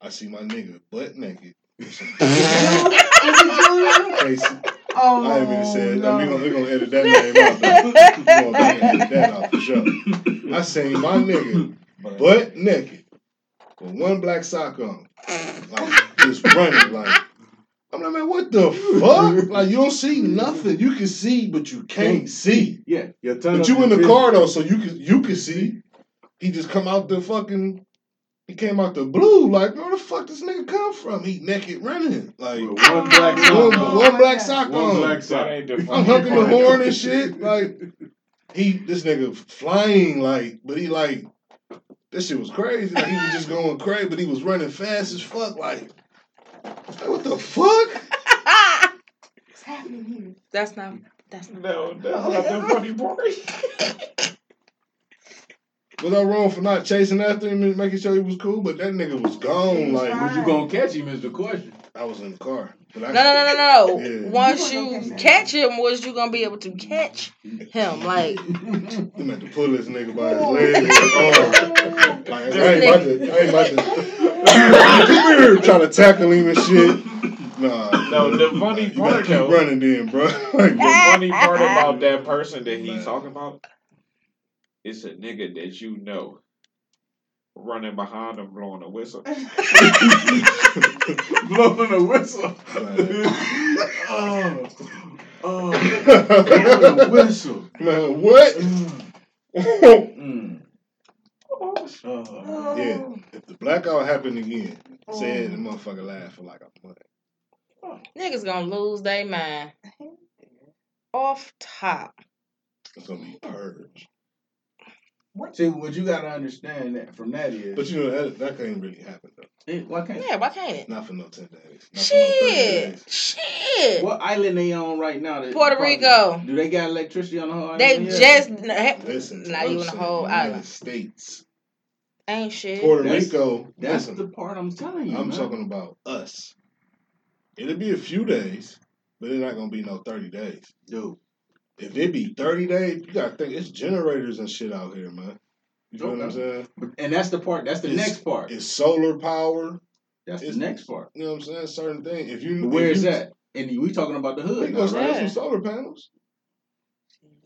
I see my nigga butt naked.
Was it Julia?
Casey,
Oh,
I didn't mean to say it.
no.
We're gonna, we gonna edit that name out. We're gonna edit that out for sure. I seen my nigga butt naked with one black sock on. Like just running like I'm like, man, what the fuck? Like you don't see nothing. You can see, but you can't see.
Yeah, your tongue
But
up
you
your
in the
business.
car though, so you can you can see. He just come out the fucking he came out the blue, like, where the fuck this nigga come from? He naked running. Like
With one black
one,
sock.
Oh
one
my
black
God.
sock
One
on.
black
That
sock.
ain't the
I'm
funny
honking the
part.
horn and shit. Like he, this nigga flying like, but he like, this shit was crazy. Like he was just going crazy, but he was running fast as fuck. Like, like, what the fuck?
What's happening here?
Ah! That's not. That's not.
No, that's not the funny part.
Was I wrong for not chasing after him and making sure he was cool? But that nigga was gone.
He was
Like
fine.
You gonna catch him is the question.
I was in the car. But I,
No, no, no, no, no.
Yeah.
Once
You gonna
you
get that.
catch him, was you gonna be able to catch him? Like
He meant to pull this nigga by his leg and his arm. Like I ain't about to. I ain't about to. Come here, trying to tackle him and shit. Nah.
No, the funny
you gotta
part
keep
though.
running then, bro. Like,
The funny part about that person that he's talking about, it's a nigga that you know running behind him blowing a whistle.
Blowing a whistle.
Man.
oh. Oh.
Ah.
Blowing a
man,
whistle.
what?
Mm,
if
mm. Oh.
Yeah. the blackout happened again,
Oh.
said the motherfucker laughed for like a month.
niggas gonna lose their mind. Off top.
It's gonna be purged.
See, what you gotta understand that from that is,
But you know that that can't really happen though.
it, why can't?
Yeah, why can't it?
Not for no ten days. Not for no 30
Shit.
days.
Shit.
What island they on right now? that-
Puerto Rico.
Do they got electricity on the whole island?
They
yet?
just
Listen, to
not
what I'm
even a
saying.
whole
United
island.
States,
Ain't shit.
Puerto
That's-
Rico.
That's
listen,
the part I'm telling you.
I'm
man.
talking about us. It'll be a few days, but it's not gonna be no thirty days.
dude.
If it be 30 days, you gotta think it's generators and shit out here, man. You know what I'm
Okay.
saying?
But- And that's the part. That's the
It's-
next part.
It's solar power.
That's the
it's-
next part.
You know what I'm saying? Certain thing. If you
But where
if
is
you-
that? And we talking about the
They
hood, now,
gonna
right?
stand
Yeah.
some solar panels.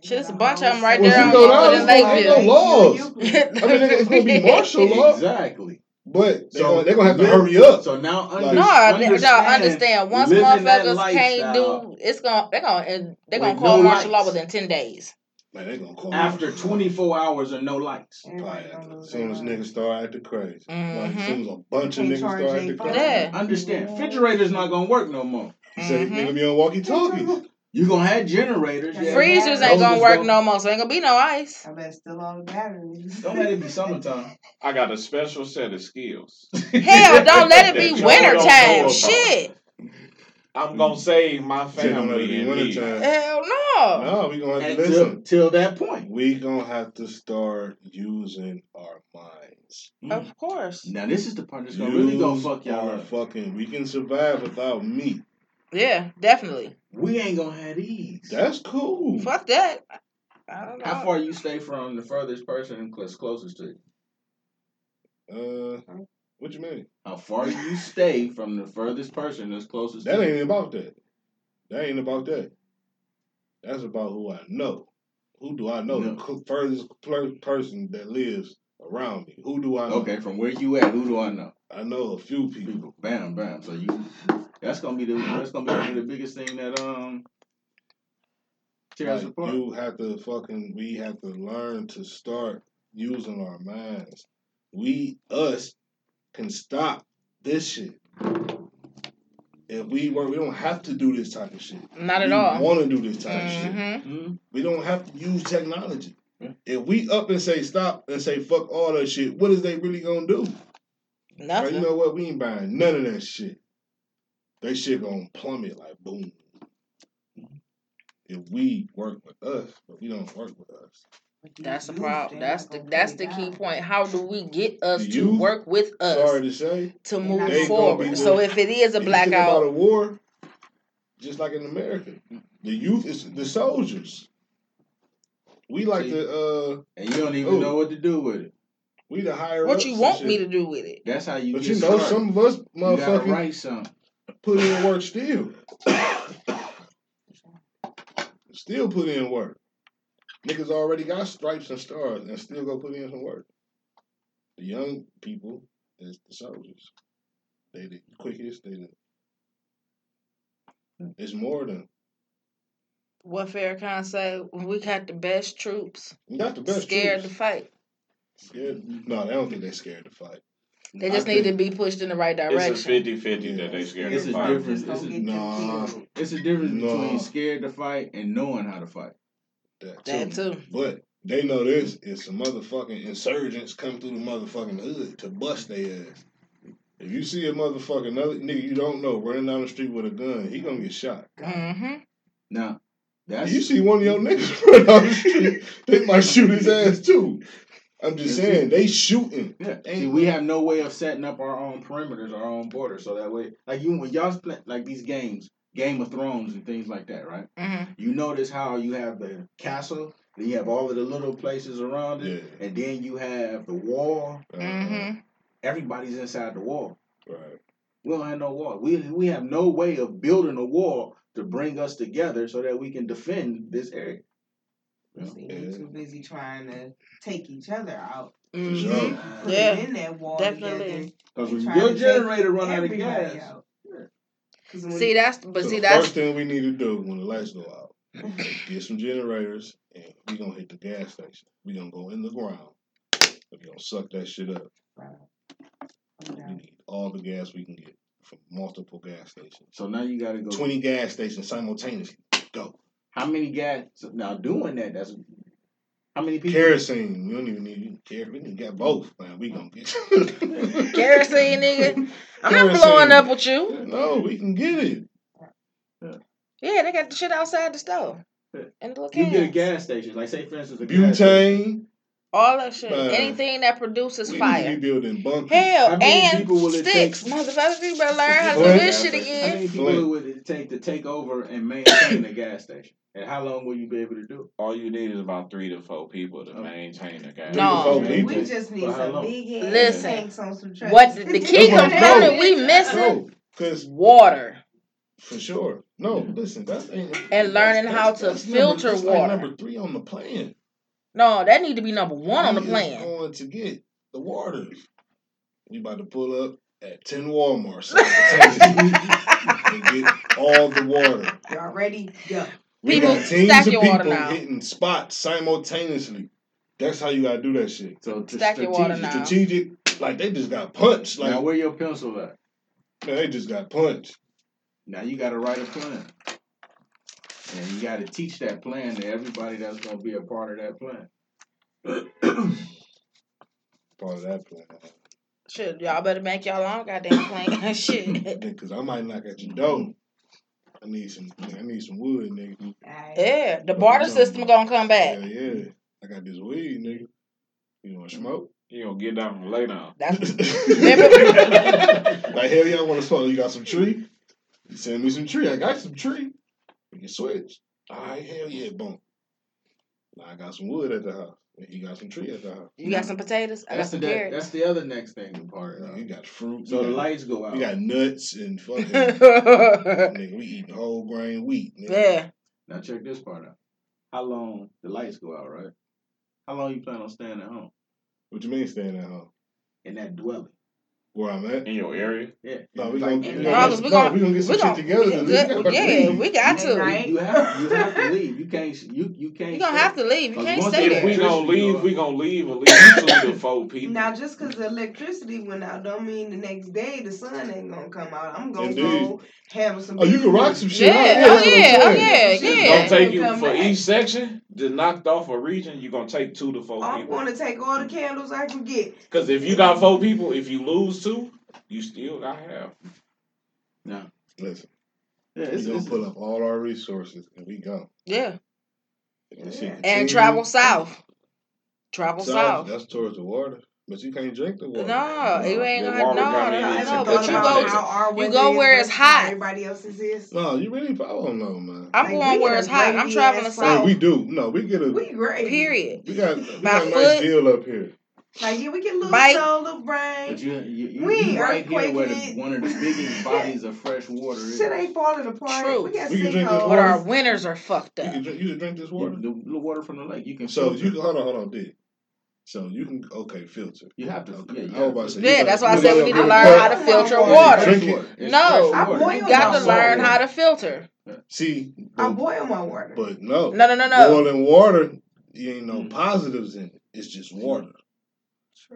Shit, it's a bunch of 'em right
Well,
there
you
on
know
Oakland and
that ain't no
Lakeville.
laws. I mean, nigga, it's gonna be martial law,
Exactly.
but they're
So-
gonna, they gonna have to hurry up.
So now, under,
Like-
No, I
understand,
understand. understand. Once
living that
motherfuckers can't
lifestyle
do, it's gonna they're gonna they're gonna
with
call
no
martial law
lights.
within ten days.
Man, they gonna call
after
me.
24 hours and no lights.
Probably after- As soon as niggas start acting crazy, like
Mhm.
as soon as a bunch of
Can't
niggas
charge
start acting
eight
crazy,
Yeah.
Understand? Refrigerator's not gonna work no more.
you say
Mhm.
they gonna be on walkie talkies.
You gonna have generators.
Yeah,
Freezers
yeah.
ain't gonna
Those
work
is
no more, so ain't gonna be no ice.
I bet it's still all the batteries.
Don't let it be summertime.
I got a special set of skills.
Hell, don't let it
That
be
y'all don't know
wintertime.
about.
Shit.
I'm
Mm.
gonna save my
Shit don't have to
family
be
in wintertime.
wintertime.
Hell no.
No, we gonna have to listen.
Until till that point.
We gonna have to start using our minds.
Mm.
Of course.
Now this is the part that's gonna really gonna fuck y'all
Our
up.
fucking, we can survive without meat.
Yeah, definitely.
We ain't gonna have these.
That's cool.
Fuck that. I don't know.
How far you stay from the furthest person that's closest to you?
Uh, what you mean?
How far you stay from the furthest person that's closest
That
to
ain't about that. That ain't about that. That's about who I know. Who do I know?
No.
The cl- furthest per- person that lives around me. Who do I
you.
know?
Okay, from where you at, who do I know?
I know a few people.
People. Bam, bam. So you that's gonna be the that's gonna be one of the biggest thing that um tear us
Like,
apart.
you have to fucking we have to learn to start using our minds. We us can stop this shit. If we work, we don't have to do this type of shit.
Not at
we
all.
want to do this type of shit.
hmm
Mhm.
We don't have to use technology.
Yeah.
If we up and say stop and say fuck all that shit, what is they really gonna do? Like, you
Nothing.
know what? We ain't buying none of that shit. They shit gonna plummet like boom. If we work with us, but we don't work with us.
That's the problem. That's the that's the key point. How do we get us
The
to
youth-
work with us
Sorry to say,
to
they
move
gonna be
forward?
the-
So if it is a
if you think about
blackout,
a war, just like in America, the youth is the soldiers. We like
See?
to, uh,
And you don't even
Ooh.
know what to do with it.
we the higher
what
ups
you
and
want
shit.
me to do with it?
That's how you
But
get
you know,
started.
some of us
you gotta
motherfucking
write something.
put in work still. Still put in work. Niggas already got stripes and stars and still go put in some work. The young people is the soldiers. They the quickest, they the it's more than
What Farrakhan say? We got the best troops.
you got the best
scared
troops.
to fight.
Scared- No, I don't think they scared to fight.
They just
I
need to
think
be pushed in the right
It's a
direction.
50 50 that they scared
It's
to
a
fight.
difference.
Just
This
don't
is-
get
nah.
them killed.
It's a difference
No.
between scared to fight and knowing how to fight.
That too.
That too.
But they know this is some motherfucking insurgents come through the motherfucking hood to bust their ass. If you see a motherfucking another nigga you don't know running down the street with a gun, he gonna get shot.
Mm-hmm.
Now,
If
that's
you see one of your niggas running down the street, they might shoot his ass too. I'm just
That's
saying,
it.
they shooting.
Yeah.
Ain't
See, we
no-
have no way of setting up our own perimeters, our own border. So that way, like you, when y'all play like these games, Game of Thrones and things like that, right?
Mm-hmm.
You notice how you have the castle, then you have all of the little places around it,
Yeah.
and then you have the wall.
Uh,
Mm-hmm.
Everybody's inside the wall.
Right.
We don't have no wall. We we have no way of building a wall to bring us together so that we can defend this area.
See, we're too busy trying to take each other out.
For
hmm
sure.
Put
Yeah,
it in that wall
definitely.
together.
Because
Mm-hmm.
when
They try
your
to take
generator run out of
Everybody
gas,
out. 'Cause when-
See that's but
so
see
the
that's
first thing we need to do when the lights go out, get some generators and we gonna hit the gas station. We gonna go in the ground. We gonna suck that shit up.
Wow.
We need all the gas we can get from multiple gas stations.
so now you got to go.
Twenty gas stations simultaneously. Go.
How many guys so now doing that? That's how many people?
Kerosene. We don't even need kerosene. We need got both, man. We gonna get
kerosene, nigga. I'm not
Kerosene.
blowing up with you.
No, we can get it.
Yeah, they got the shit outside the store.
Yeah.
And the little
You get a
cans.
gas station, like say for instance, a gas station.
Butane.
All that shit.
Man.
Anything that produces
We need to
fire.
be building bunkers.
Hell,
How many
and
people will it take-
sticks. Motherfuckers, you better learn how to do
What?
this shit
How
again.
many
Flint.
people would it take to take over and maintain a gas station? And how long will you be able to do?
All you need is about three to four people to
Okay.
maintain the guy.
No.
people.
We just need
For how
some
long?
big head
Listen,
tanks on some trucks.
What the, the key
That's what I'm
component
saying.
we missing?
No, cause
Water.
for sure. No, listen. That's
And learning how to filter
number, that's
water.
Like number three on the plan.
No, that need to be number one on the
We is
plan.
Going to get the waters. We about to pull up at ten Walmart and get all the water.
Y'all ready? Go.
We
People,
got teams
stack
of
your water
people
now.
hitting spots simultaneously. That's how you gotta do that shit.
So to
Stack your water
strategic-
Nah.
Strategic, like they just got punched. Like
Now
man,
where your pencil at?
they just got punched.
Now you got to write a plan, and you got to teach that plan to everybody that's going to be a part of that plan.
Part of that plan.
Shit, y'all better make y'all own goddamn plan. Shit.
Because I might knock at your door. I need some. I need some wood, nigga.
Alright.
Yeah, the barter system gonna come back.
Hell yeah. I got this weed, nigga. You want to smoke?
You gonna get down and lay down.
That's
like hell y'all want to smoke? You got some tree? Send me some tree. I got some tree. We can switch. All right, hell yeah, boom. Now I got some wood at the house. And he got some tree at the house.
you got some potatoes. I got
That's the
some
that,
carrots.
that's the other next thing part.
You got fruit.
So
we
the
got,
lights go out.
we got nuts and fucking.
yeah.
nigga, we eating whole grain wheat. Nigga.
Now check this part out. How long the lights go out, right? How long you plan on staying at home
What you mean staying at home?
in that dwelling?
Where I'm
Mm-hmm.
at?
In your area,
Yeah.
No, we
Like,
gonna,
in
we
that-
No, 'cause
gonna,
we
no,
gon-
we gonna get some
We
shit
gon'
together.
yeah,
nigga. We got
good-
to
yeah,
leave.
we got
Ain't
to.
right.
You have you have to leave. You can't you you can't.
We gonna
stay.
have to leave. You
Cause
can't
once
stay
they-
if we
there.
gonna leave, we gonna leave at least two to four people.
Now, just because the electricity went out, don't mean the next day the sun ain't gonna come out. I'm gonna go handle some.
Oh, you can rock
business.
some shit.
Yeah.
out.
Oh
that's what
yeah. Oh
I'm saying.
yeah.
Don't
Yeah.
Don't take
We'll
you
come
for
back.
each section. Just knocked off a region. You are gonna take two to four
I'm
people.
gonna take all the candles I can get.
Because if you got four people, if you lose two, you still got half.
Listen,
Yeah,
we
it's,
gonna
it's,
pull up all our resources and we go.
Yeah.
If this shit
And
continue-
travel south. Travel
South,
south.
That's towards the water. But you can't drink the water.
No, you ain't
The
gonna.
water
No,
got
no,
me
no,
into
no.
the
But you
trouble.
go.
How
To,
our
you
weather
go
is
where it's
versus how
hot.
Everybody else's is.
No, you really I don't know, man.
I'm
Like,
going
we
where
in
it's
a
hot. I'm
gravy
traveling
ass
No,
south.
we do. No, we get a
We great.
Period.
we got we
By
got a nice
foot.
deal up here.
Like, yeah, we get a little
Bite.
soul, little brain.
But you, you, you,
We
you right here
earthquaking
where
it.
the, one of the biggest bodies of fresh water is.
Shit ain't falling apart.
True.
We got
We can drink this
But
water.
sinkholes.
our winners are fucked
You
up.
can drink, you can drink this
Water,
water.
the, the water from the lake. You can
So you
filter.
can hold on, hold on, Dick. So you can okay filter.
You have to.
Okay. I
Yeah, you
was
have
about to
to.
say,
Yeah,
you
that's
gotta-
why I
you
said we
gotta
need
drink
to
the
learn how to filter
Drink
water.
Drink
No.
It's fresh
I
water.
boil
You got to
my
learn
water.
how to filter.
See,
I
but,
boil my water.
but no,
No, no, no, no.
boiling water, you ain't no
Mm.
positives in it. It's just water.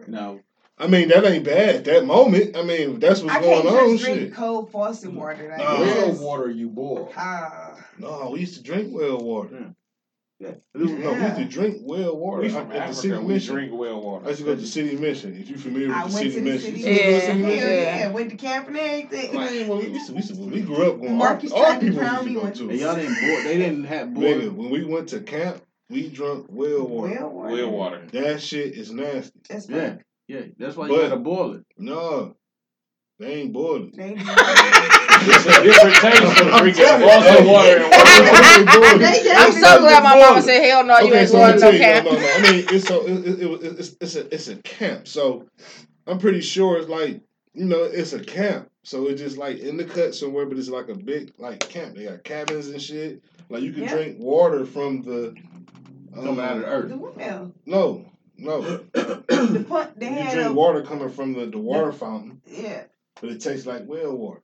Now,
I mean, that ain't bad at that moment. I mean, that's what's
I
going
can't
on.
just drink
Shit.
cold faucet water. Like,
Nah.
it's
well
just-
water you boil.
Ah.
No, we used to drink well water.
Yeah.
We- No, we used to
Yeah.
drink well water.
We
I-
from
at the city
Africa. We
mission.
drink well
I
water.
used to go to the city mission. If you familiar with
I
the
went
city
to the
mission,
city
you familiar with the
Hell
city mission?
yeah, went to camp and everything.
Like, when we, we, used to, we, used to, when we grew up going,
Marcus
all, all
tried to
people
drown
used to
me
go
one
to.
And y'all didn't boil. They didn't have
Nigga,
boil.
when we went to camp, we drunk well water.
Well, water.
Well water.
That shit is nasty.
That's fine.
Yeah, yeah. That's why you
But-
gotta boil it.
No, they ain't boiling.
They-
It's a different taste from
I'm
drinking
telling you,
faucet
hey.
water and water.
I'm so glad my mama said, hell no, Oh, you
okay,
ain't
so
going to
let
no
me tell you, no, no,
camp.
no. I mean, it's so it, it, it, it, it's it's a it's a camp. So I'm pretty sure it's like you know it's a camp. So it's just like in the cut somewhere, but it's like a big like camp. They got cabins and shit. Like you can
Yeah.
drink water from the um,
Coming out of the
The
earth.
well.
No, no.
The punt they
you
had
drink
a
water coming from the, the water fountain,
yeah.
but it tastes like well water.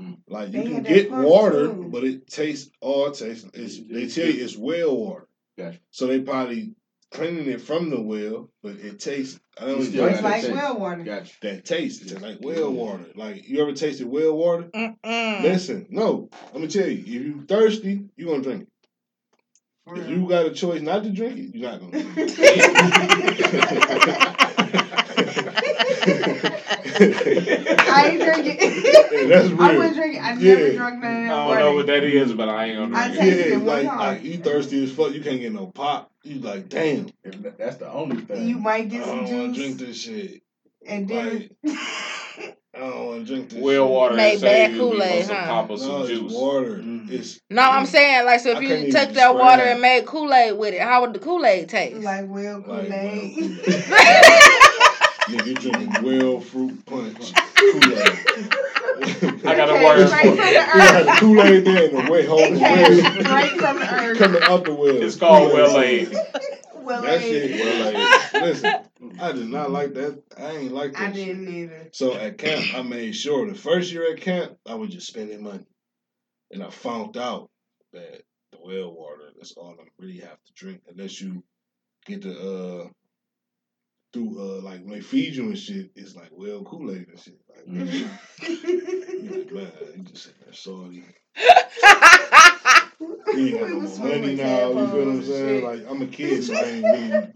Mm.
Like you
They
can
had that
get
pump,
water,
too.
but it tastes all tastes. It's, they tell you it's well water.
Gotcha.
So they probably cleaning it from the well, but it tastes. I don't
You
even
still
like
It's
that
got taste.
like
taste.
well water.
Gotcha.
That taste. It tastes like well
Yeah.
water. Like you ever tasted well water?
Mm.
Mm-mm.
Listen, no. I'm gonna tell you. If you thirsty, you gonna drink it.
For
If
real.
you got a choice not to drink it, you're not gonna. Drink it.
I ain't drinking.
Yeah, that's real.
I wouldn't drink it. I never
Yeah.
drunk none of
I don't
that
know
water.
what that is, but I ain't gonna
I
drink it.
tasted
Yeah,
it one
like,
time.
like you thirsty as fuck. You can't get no pop. You like, damn,
If that- That's the only thing.
You might
I
get some
don't want to drink
juice
this shit.
and then
I don't want to drink this.
Well
shit.
water
Made
and say
bad
you be
Kool-Aid,
on some
huh?
pop or
No,
some
Oh, it's
juice. Mm-hmm.
water.
Mm.
It's
No, I'm saying, like, so
I
if you
can't
took
even
that water and
describe.
made Kool-Aid with it, how would the Kool-Aid taste?
like well
Like, well, Kool-Aid.
Kool Aid.
nigga you drinking well fruit punch. Kool-Aid.
I got
Okay,
a word
straight
for
from
it.
You
the
had the
earth.
Kool-Aid there and the way
It
home
came
well
straight from the earth.
coming up the well.
It's called
Kool-Aid.
well aid.
Well,
That
Aid.
shit well aid. Listen, I did not like that. I ain't like that.
I
shit.
didn't either.
So at camp, I made sure the first year at camp, I was just spending money. And I found out that the well water, that's all I really have to drink unless you get the uh through uh like when they feed you and shit, it's like well Kool-Aid and shit. Like,
Mm.
you like, man, you just sitting there salty. You ain't got
We
no
was
more money
swimming
now, you feel what I'm
tadpoles and
saying?
shit.
Like I'm a kid, so I ain't really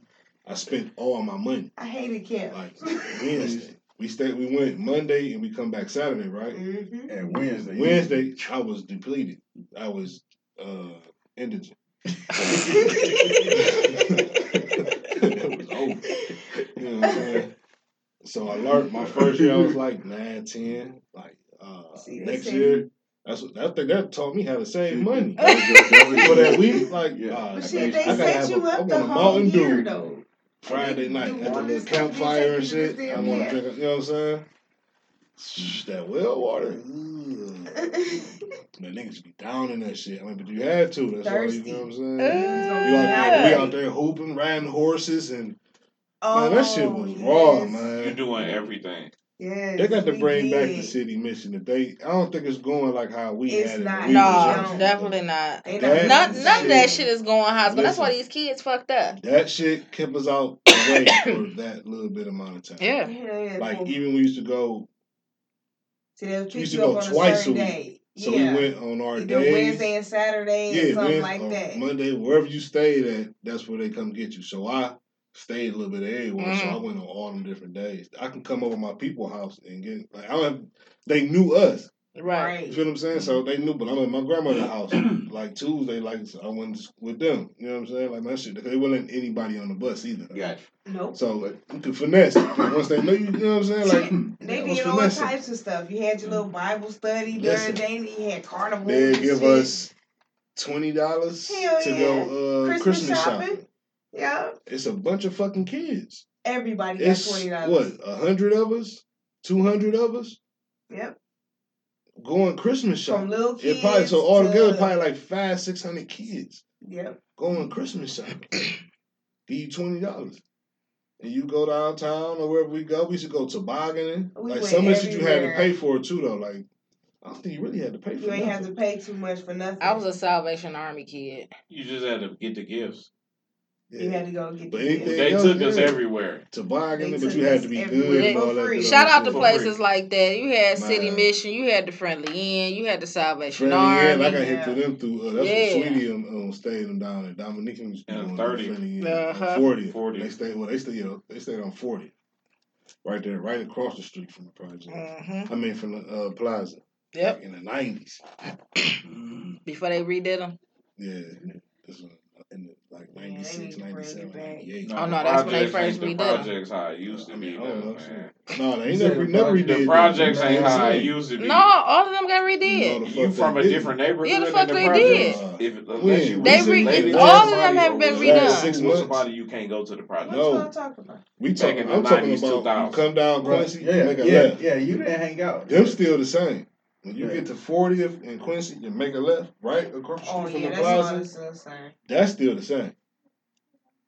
I spent all my money.
I hated camp.
Like Wednesday. We stayed we went Monday and we come back Saturday, right?
Mhm.
And Wednesday.
Wednesday, I was depleted. I was uh, indigent. it was over. You know what I'm saying? So I learned my first year, I was like 9, 10. Like, uh,
See, they
next
say-
year, that's what, I think that taught me how to save money.
That was your- that was
For that
your-
week, like,
Yeah.
uh,
But
I gotta-
shit, they
I gotta
set
have
you
a- I
up
want
the
a
whole
Mountain
year
Dew
though.
Friday
Do
night at the
all this
little
stuff, they
campfire and
take you to
shit.
the
I want
damn
to drink, you know what I'm saying? Shh, That well water. Ugh. Man, niggas be down in that shit. I mean, but you had to. That's all
Thirsty.
you know what I'm
Ooh,
saying. You out there, we
yeah.
out there hooping, riding horses, and
Oh,
man, that shit was raw,
You're
yes.
man.
doing everything.
Yes,
They got to
we
bring back the
did.
city mission. If they, I don't think it's going like how we
It's
had it.
not.
when we was
No,
No,
young.
definitely not.
They
That
None, none of that
shit.
shit is going high school. That's why
Listen.
these kids fucked up.
That shit kept us out the way for that little bit amount of time.
Yeah.
Hell yeah,
Like
cool.
even we used to go,
So they'll pick
used to
you up
go
on
twice
a certain
a week.
day.
so
yeah.
we went on our
Either
days.
Wednesday and Saturday and
Wednesday
something like
or
that.
Monday, wherever you stayed at, that's where they come get you. So I stayed a little bit everywhere. So I
Mm.
Mhm.
went on all them different days. I can come over to my people house and get like I don't have, they knew us.
Right.
You feel what I'm saying? So
Mm-hmm.
they knew, but I'm at my grandmother's house. Like Tuesday, like so I went with them. You know what I'm saying? Like my shit, because they wouldn't let anybody on the bus either.
Gotcha.
Nope.
So you could finesse. Like, once they know you, you know what I'm saying? Like hmm,
They
that was
did all
finessing.
types of stuff. You had your little Bible study during the
Listen.
day. and You had carnival.
Mm. they
and
give
shit.
us twenty dollars
Hell
to
yeah.
go uh,
Christmas
Christmas
shopping.
shopping.
Yeah.
It's a bunch of fucking kids.
Everybody got
It's
twenty
what
dollars.
a hundred of us, two hundred of us
Yep.
going Christmas
From
shopping.
little kids.
It probably so all
to,
together probably like five six hundred kids
Yep.
going Christmas shopping. Give you twenty dollars, and you go downtown or wherever we go. We should go tobogganing.
We
like
went
some of the shit you had to
everywhere.
pay for too though. Like I don't think you really had to pay for.
You ain't have
nothing.
to pay too much for nothing.
I was a Salvation Army kid.
You just had to get the gifts.
You had to go get
But
the
anything-
kids.
They
yeah,
took us
yeah.
everywhere.
tobogganing,
They
but
took
you had
us
to be
everywhere
good and all
for
that.
free.
good
Shout
other
out to
shit.
For
places
free.
like that. You had City
Man.
Mission, you had the Friendly Inn, you had the Salvation
Friendly Inn,
Army.
I got hit through them through. Uh, that's
Yeah.
what Sweetie and um, stayed them down at Dominique used to be
Yeah,
going
30.
30. Friendly Inn,
Uh-huh.
40.
40.
uh, They stayed. Well, they stayed. You know, they stayed on forty, right there, right across the street from the project.
Mhm.
I mean, from the uh, plaza.
Yep.
In the nineties. Mm-hmm.
Before they redid them.
Yeah. This was in the, like
Yeah, they need
96,
to bring it
97,
back.
98.
Oh, no, that's when they
projects
first
ain't the
redid 'em.
projects how it used
I
to
mean, oh,
be,
I don't
though,
know,
man.
No, they ain't
Said
never,
the
never redid.
project-
The
them.
projects
That's
ain't
what I'm
how it
saying.
used to be.
No, all of them got
You
redid.
know the
You
fuck
from
they
a
did.
different neighborhood?
Yeah, the
and
fuck
the
they
projects-
did.
If, unless
When?
you
They
was
re-
related to
all of them
somebody
have
or
been
was
redone.
cool
Six
with
months.
Somebody you can't go to the
What
project.
No.
y'all talking about?
We
Back
talking.
in the
I'm talking
90s,
about you
2000s.
come down
Right.
Quincy,
Yeah,
make a
yeah,
left.
yeah. You didn't hang out.
Them still the same. When you
Yeah.
get to 40th and Quincy, you make a left right across the street
Oh
from
yeah,
the
that's
plaza.
all it's us saying.
That's still the same.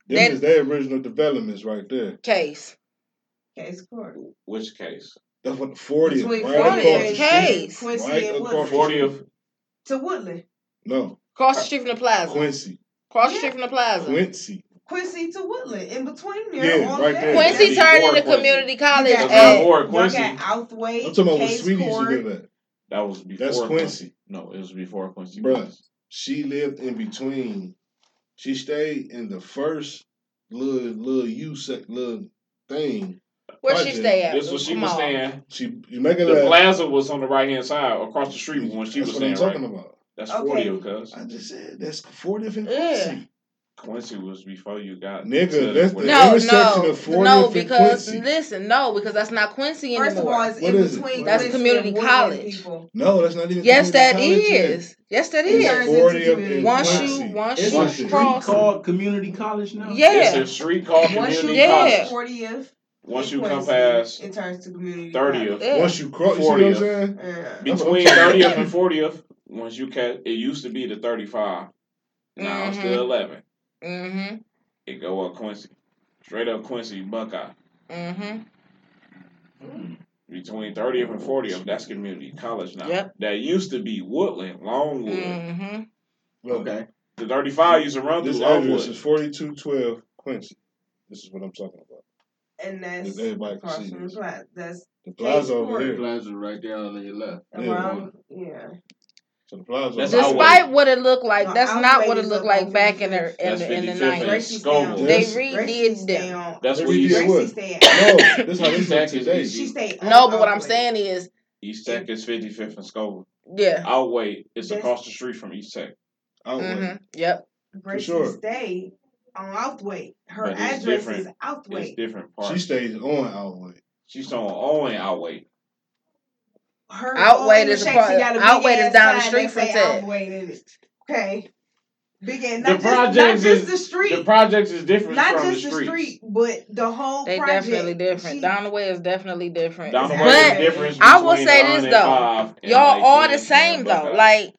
Them
That-
is their original developments right there.
Case.
Case court.
Which case?
That's what 40th,
Between
right
40th
across the
and
street.
K.
Case, Quincy
Right
and
across
Woodland.
the street.
40th.
To Woodland.
No,
Across the street from the plaza.
Quincy,
Across the
Yeah.
street from the plaza.
Quincy.
Quincy to Woodland. In between there,
Yeah,
all
right
of
there.
that.
Quincy
Yeah.
turned
Before
into
Quincy.
community college
You got,
That's
at
before
y'all
Quincy.
got Outhway.
I'm talking about where
Case
Sweetie used to
Court.
live at.
That was before
That's Quincy.
No, it was before Quincy.
Bruh. She lived in between. She stayed in the first little little U sec little thing.
where she
Project.
stay at?
This was she
Come
was
on.
staying.
She you make a
The
left.
plaza was on the right hand side across the street when she
That's
was
what I'm
staying.
talking
Right?
about.
That's
Okay.
forty of cuz.
I just said that's four different
Yeah.
Quincy.
Quincy was before you got
Nigga,
to
that's
where-
the-
No,
intersection
no,
of 40th
no.
and
Because
Quincy.
listen, no, because that's not Quincy anymore.
First of all, it's
What
in
is it?
between.
That's
Quincy
community
and Woodland
college.
People.
No, that's not even.
yes, that
community college yet.
is. Yes, that
It
is.
turns
Forty
into
of
community
in
Once
college.
Quincy.
you, once
It's
you
a
Once you
street
cross,
called community college now.
It's
yeah,
a street called
Once you
community
Yeah.
college.
cross 40th,
Once
in
you come
Quincy,
past
it turns to community.
thirtieth,
yeah.
Once you cross, you see what I'm
40th.
saying?
college. Yeah.
That's what I'm
between
talking
thirtieth
about.
and fortieth, once you catch, it used to be the thirty five. Now it's
Mhm.
the eleven.
mm-hmm,
It go up Quincy, straight up Quincy Buckeye.
mm-hmm.
Hmm,
Between thirtieth and fortieth, that's community college now.
Yep.
That used to be Woodland, Longwood.
Mm-hmm.
Look,
Okay.
The thirty five used to run
This
through
address is
Longwood.
forty-two twelve Quincy. This is what I'm talking about.
And that's
If everybody can
across
see
from the
this.
plaza. That's
The plaza over
Court.
here.
Plaza right there on your left.
Yeah,
around. Yeah.
So the plaza.
That's
over
our
here.
way.
Despite what it looked like,
No,
that's
our
not
way
what it
is
looked
up
like
on
back in the
55th.
in
That's
the in the
55th
nineties.
and
Gracie
Scoville.
They
They
Yes.
Gracie
redid
stay
them.
on.
That's
They
where you
redid-
Gracie
what?
stay at.
No, this how they
East Tech
look
is
today.
easy.
She stay on.
No, but what I'm
Oakley.
saying is,
East Tech is fifty fifth and Scoville.
yeah,
I'll wait. It's
That's-
across the street from East Tech.
Out way.
mm-hmm, yep,
Gracie
sure.
stay on Outhway. Her
But it's
address
different.
is
It's
Outhway.
different
She
parts.
stays on out way.
She's on Owen Outway.
Her
Outway
old
is a
shack,
part-
she got a big
Outway is
ass
down the
sign
street
that
from
say
Ted.
Outway in it. Okay. Big ass.
The
Not, just, not
projects
just
is-
the street.
The projects is different
not
from
just
the
the,
streets.
street, but the whole
they
project.
definitely different.
She-
Donaway is definitely different.
Down the
It's
way, the
But
accurate.
difference
I will
between
say
the
this,
Iron
though.
Five and,
y'all
like,
all the
Quincy
same
and
though.
Buckeye.
Like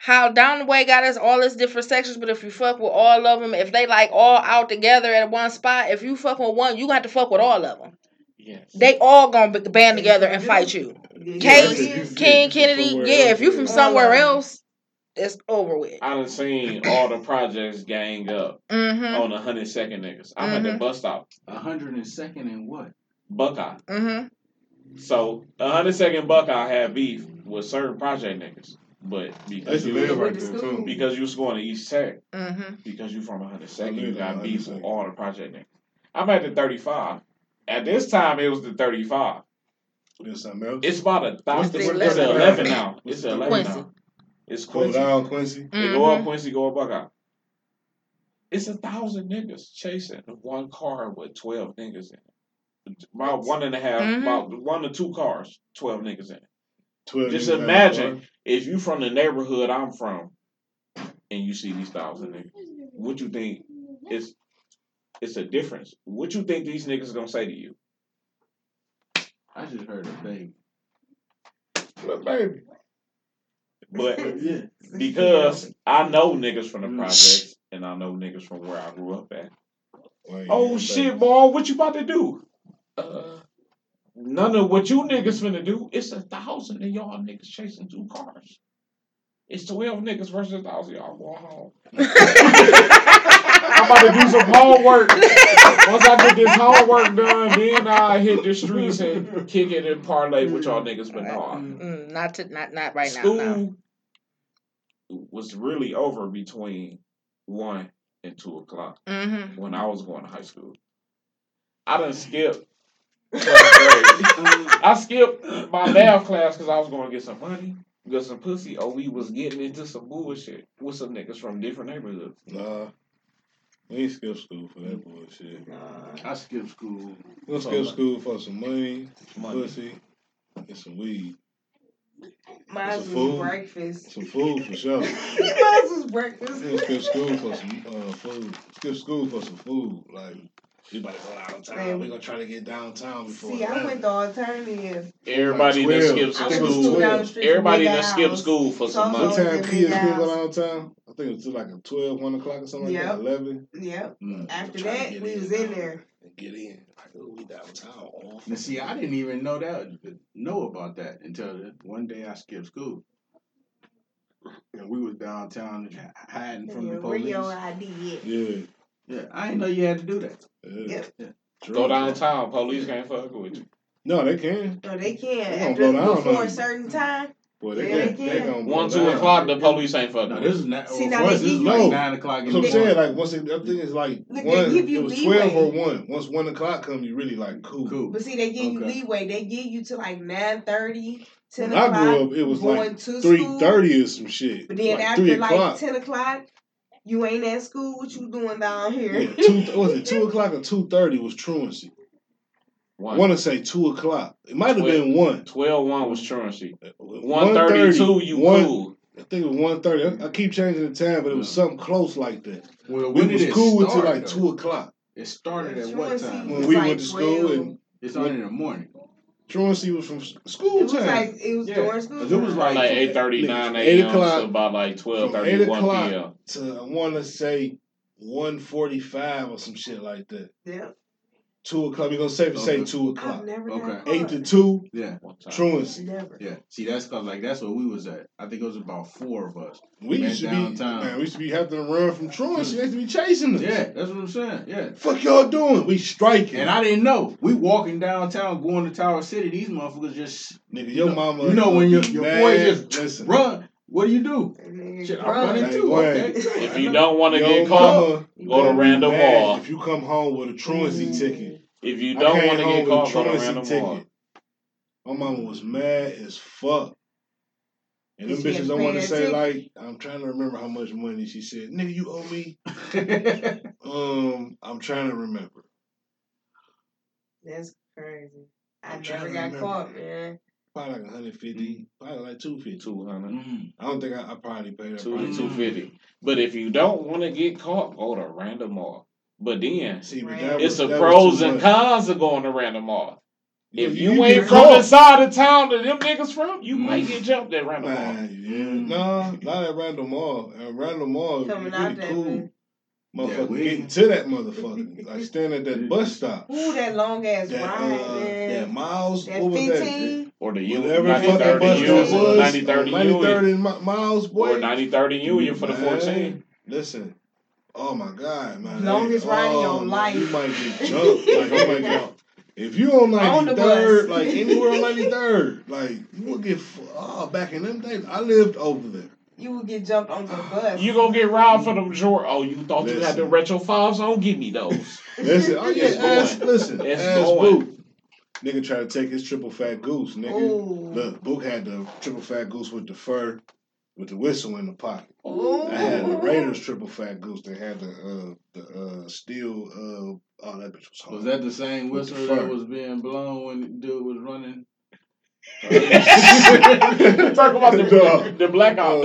how down the way got us all these different sections, but if you fuck with all of them, if they like all out together at one spot, if you fuck with one, you got to fuck with all of them.
yes.
They all gonna be- band
They
together and
do.
fight you.
Yeah,
Case,
yeah,
Yeah,
King
if you
Kennedy,
somewhere
yeah. If
else,
you
yeah.
from
All
somewhere
of 'em.
else, it's over with.
I done seen all the projects gang up
Oh.
Mm-hmm.
on the hundred second niggas. I'm at
Mhm.
the bus stop,
hundred and second and what?
Buckeye.
Mm-hmm.
So hundred second Buckeye had beef with certain project niggas, but
I used
because
to
you
live
With
right
the
there
school.
too.
because you was going to East Tech,
Mm-hmm.
because you from hundred
I
second, you
lived on
got beef
102nd.
with all the project niggas. I'm at the thirty five. At this time, it was the thirty five.
There's something else.
It's about a
What's
thousand.
the-
It's
what's
eleven,
the-
now. It's the eleven
Quincy.
now. It's
Go
Quincy.
down Quincy.
They go up Quincy, go up Buckeye. It's a thousand niggas chasing one car with twelve niggas in it. About one and a half-
Mhm.
about one or two cars, twelve niggas in it.
Twelve.
Just
niggas out of
imagine.
car.
If you from the neighborhood I'm from, and you see these thousand niggas, what you think? It's It's a difference. What you think these niggas gonna say to you?
I just heard a baby.
Look, baby.
But
Yeah.
because I know niggas from the projects and I know niggas from where I grew up at.
Why you
Oh
ain't
shit,
baby?
boy, what you about to do? Uh, none of what you niggas finna do. It's a thousand of y'all niggas chasing two cars. It's twelve niggas versus a thousand y'all going home.
mm-hmm.
I'm about to do some homework. Once I get this homework done, then I hit the streets and kick it and parlay with y'all niggas. But no, I-
Mm, not to not not right now.
school
No.
was really over between one and two o'clock
Mm-hmm.
when I was going to high school. I done skipped. twelfth grade. I skipped my math class because I was going to get some money, get some pussy, or we was getting into some bullshit with some niggas from different neighborhoods.
Nah. We ain't skip school for that bullshit.
I skipped school.
We'll
For
skip
money.
school for some money,
Money.
pussy, and some weed.
Mine
It's a
was
food.
breakfast.
Some food for sure.
Mine was breakfast.
We'll skip school for some uh, food. Skip school for some food. Like, we about to go downtown. We're going to try to get downtown before
See, I
11.
went the alternative.
Everybody
Like
that
twelve.
skipped
I
some
I
think it
went
was
school.
to school down
12.
the street. from
Everybody
Big
that skipped
House.
school for some
So-
What
money.
time
Give me
kids
a
can go
house.
downtown? I think it was till like a 12, 1 o'clock or something like
Yep.
that. 11.
Yep.
Mm.
After
Trying to
that,
get
we
in,
was in
dog.
there.
And get in. Like, oh, we downtown. all
Now, see, I didn't even know that know about that until the- one day I skipped school, and we was downtown and h- hiding from the
Yeah,
police.
Rio ID.
Yeah.
Yeah, I didn't know you had to do that.
yeah.
Yeah.
Go downtown, police can't fuck with you.
No, they can.
No, they can't.
They gonna blow
After,
down
before
on
a
you.
certain time.
Boy, they,
Yeah,
can.
they
they
can.
gonna
One,
go
two
down.
o'clock, the police ain't fucking
No,
with
this
you.
is not.
See,
well,
now
for
they
us, this is
give
like
you-
nine o'clock in
So I'm
the
saying,
morning.
like, once it, I think it's like
Look, they
one,
give you
it was
leeway.
twelve or one. Once one o'clock come, you really like cool.
Cool.
But see, they give you
Okay.
leeway. They give you to like 9 30, 10
When I
o'clock.
grew up, it was
going
like
to
three
school.
thirty or some shit.
But then
Like,
after
three
like
o'clock.
10 o'clock, you ain't at school. What you doing down here?
Yeah, two was it two o'clock or two thirty was truancy. I
One.
want to say two o'clock. It might have been one.
12 1 was truancy.
1:30,
132, you
one-
cool.
I think it was one thirty. I, I keep changing the time, but it was something close like that.
Well,
We
when
was
did it
cool until
start,
like
though?
two o'clock
It started at
Truancy
what
was
time?
when
was
we
like
went to school,
12.
and
It started in the morning.
truancy was from s-
It
school
was
time.
like, it was
Yeah.
during school.
'Cause it was
time.
like,
Like 8 39
Eight
a.m.
o'clock.
to about like 12
From eight
31
o'clock.
p.m.
to I want to say one forty five or some shit like that.
Yeah.
Two o'clock. We gonna say say
Okay.
two
I've
o'clock.
never
Okay.
got caught.
Eight to two
Yeah,
What time?
truancy.
Never.
yeah. See, that's cause like that's where we was at. I think it was about four of us.
We
Man,
used to
downtown.
be man. We used to be having to run from truancy. They used to be chasing us.
Yeah, that's what I'm saying. Yeah.
Fuck y'all doing? We striking.
And I didn't know. We walking downtown, going to Tower City. These motherfuckers just
nigga, your
you know,
mama.
You know when your your
Man,
boys just
listen.
run. What do you do?
Nigga,
Shit, I'm
bruh.
running
Hey,
too.
boy.
Okay.
If you don't want to
your
get caught,
mama
go to
gonna be
Random
mad
Hall.
If you come home with a truancy
Mm.
ticket,
If you
I
don't
came
want to
home
get
with a
caught, go to
truancy
Random
ticket.
Hall.
My mama was mad as fuck. And them
She had
bitches
to
don't
pay
want to
that
say
ticket.
like I'm trying to remember how much money she said. Nigga, you owe me. Um, I'm trying to remember.
That's crazy. I
I'm trying
never
to
got
remember.
caught, man.
Probably like 150,
Mm.
probably like 250.
200,
Mm.
I don't think I, I probably paid her.
200,
probably
Mm.
two-
250. But if you don't want to get caught, go to Random Hall. But then,
See, but
Right.
that was,
it's the
that was
pros
too
and
much.
cons of going to Random Hall. If you,
get
ain't from
caught.
the side of town that them niggas from, you
Mm.
might get jumped at Random Hall.
Man, yeah.
Mm.
Nah, not at Random Mall. At Random Mall, you
Coming out
really
that
cool.
bitch.
Yeah,
Motherfucker
we-
getting to that motherfucker. like standing at that bus stop.
Ooh, that long ass
That,
ride,
uh, that
man.
miles,
That
what was that?
15.
Or the U,
Whatever fucking
9030
bus
Union,
that
Union,
was.
9030 Union,
9030 Mi- miles, boy.
or 9030 Union for the
Man,
14.
Listen. Oh my God, man. Oh,
Longest ride in your
man,
life.
You might get jumped. Like, you might get, if you on
On the
93rd,
bus.
like anywhere on 93rd, like you will get, fu- oh, back in them days, I lived over there.
You would get jumped on the bus.
You gonna get robbed for them Jordan. Oh, you thought you had
Listen.
the retro fives on? Give me those.
Listen, oh yeah,
It's
ass,
going.
listen,
It's
ass
going.
Book. Nigga try to take his triple fat goose, nigga.
Ooh.
Look, Book had the triple fat goose with the fur, with the whistle in the pocket.
Ooh.
I had the Raiders triple fat goose. They had the uh, the uh, steel. Uh, oh, that bitch was hard.
Was that the same
With the
whistle
fur.
that was being blown when the dude was running?
Talk about the,
Dog.
the blackout.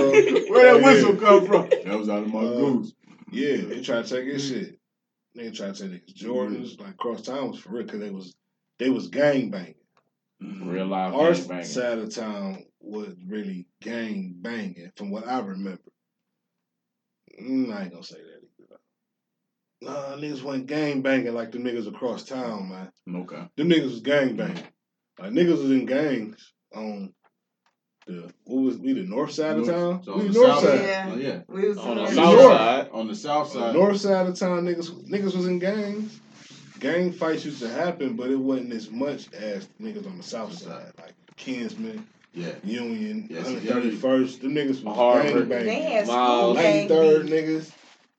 Uh,
Where that
Oh, yeah.
whistle come from? That was out of my
Uh,
goose.
Mm-hmm. Yeah, they try to take his shit. They tried to say niggas Jordans. Like cross town was for real because they was they was gang banging.
Real life
Our
Oh, gang banging.
side of town was really gang banging, from what I remember. Mm, I ain't gonna say that either. though. Nah, niggas wasn't gang banging like the niggas across town, man.
Okay.
Them niggas was gang banging. Like niggas was in gangs on the what was we the north side of town?
So
we
on the
north
south
side.
side.
Yeah.
Oh, yeah.
We was
On the
Yeah.
somewhere-
south
North.
side,
On the south
On the
side.
north side of town, niggas niggas was in gangs. Gang fights used to happen, but it wasn't as much as niggas on the south side, like Kinsman,
Yeah.
Union,
Yes,
131st. Them niggas was gang
Harvard.
They
banging.
had school
Miles.
gang
93rd
beef.
niggas,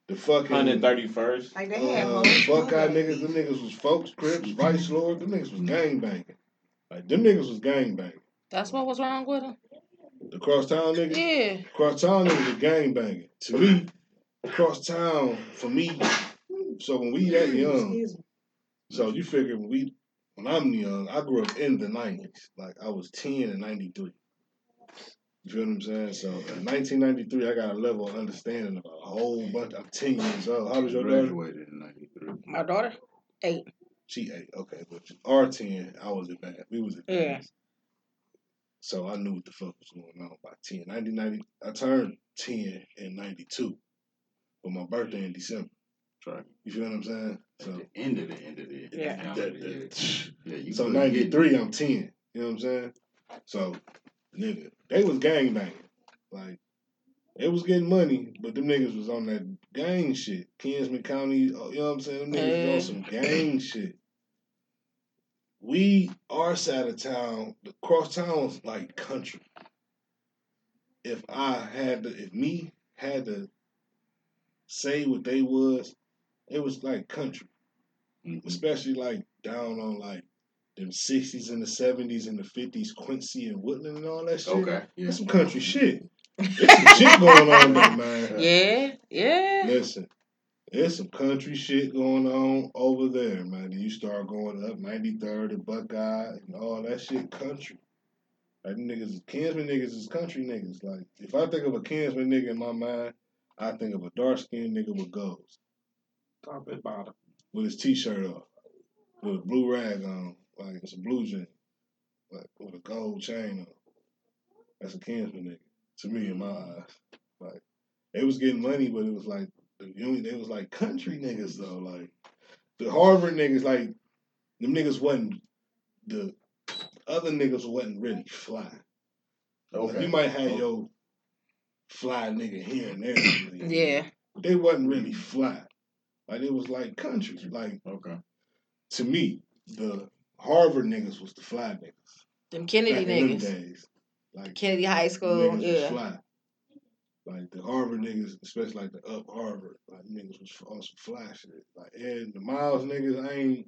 the fucking
hundred thirty first.
Like they had
uh,
whole school
Buckeye
gang
niggas. Them
beef.
niggas was folks, Crips, Vice Lord. Them niggas was gang banging. Like them niggas was gang banging.
That's what was wrong with him.
The cross town niggas.
Yeah.
Cross town niggas was gang banging. To me, cross town for me. So when we that young,
Excuse me.
so you figure when we when I'm young, I grew up in the nineties. Like I was ten in ninety three. You feel what I'm saying? So in 1993, I got a level of understanding about a whole bunch. I'm 10 years old. How was your daughter?
graduated in 93.
My daughter.
She eight. Okay, but our 10, I was in bad. We was in bad.
Yeah.
So I knew what the fuck was going on by 10. 90, 90 I turned 10 in 92, but my birthday in December.
Track.
You feel what I'm saying?
At
So,
the end of the end of the end.
Yeah.
that- that-
Yeah, you
so
couldn't get it.
93, I'm 10. You know what I'm saying? So, nigga, they was gang banging. Like, they was getting money, but them niggas was on that gang shit. Kinsman County, uh, you know what I'm saying? Them niggas was on some gang shit. We, our side of town, the cross town was like country. If I had to, if me had to say what they was, it was like country.
Mm-hmm.
Mhm.
Especially like down on like them 60s and the 70s and the 50s, Quincy and Woodland and all that shit.
Okay. Yeah.
That's some country shit. There's some shit going on there, man.
Yeah. Yeah.
Listen, there's some country shit going on over there, man. You start going up 93rd and Buckeye and all that shit, country. Like them niggas, Kinsman niggas is country niggas. Like if I think of a Kinsman nigga in my mind, I think of a dark skinned nigga with goals,
Top and bottom.
with his t-shirt off, with a blue rag on, like it's a blue jean, like with a gold chain on. That's a Kinsman nigga to me in my eyes. Like they was getting money, but it was like the union. They was like country niggas though. Like the Harvard niggas, like them niggas wasn't the other niggas wasn't really fly. Like, you
Okay.
might have your fly nigga here and there.
Yeah.
But they wasn't really fly. Like it was like country. Like
Okay.
to me, the Harvard niggas was the fly niggas.
Them
Back
Kennedy
in them
niggas.
days. Like
Kennedy High School.
niggas was
Yeah.
fly. Like the Harvard niggas, especially like the up Harvard, like niggas was on some fly shit. Like and the Miles niggas, I ain't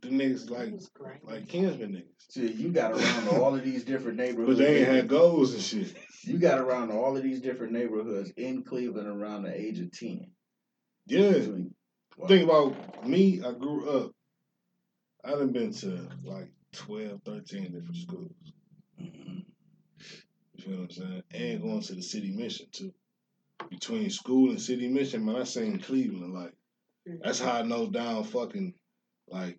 the niggas like
It was great.
like Kinsman niggas,
See, you got around all of these different
but
neighborhoods.
they ain't had goals and shit.
You got around all of these different neighborhoods in Cleveland around the age of ten.
Yeah,
So you- wow.
think about me. I grew up. I done been to like 12, 13 different schools.
Mm-hmm.
You feel what I'm saying? And going to the city mission too. Between school and city mission, man, I seen Cleveland. Like
Mm-hmm.
that's how I know down fucking like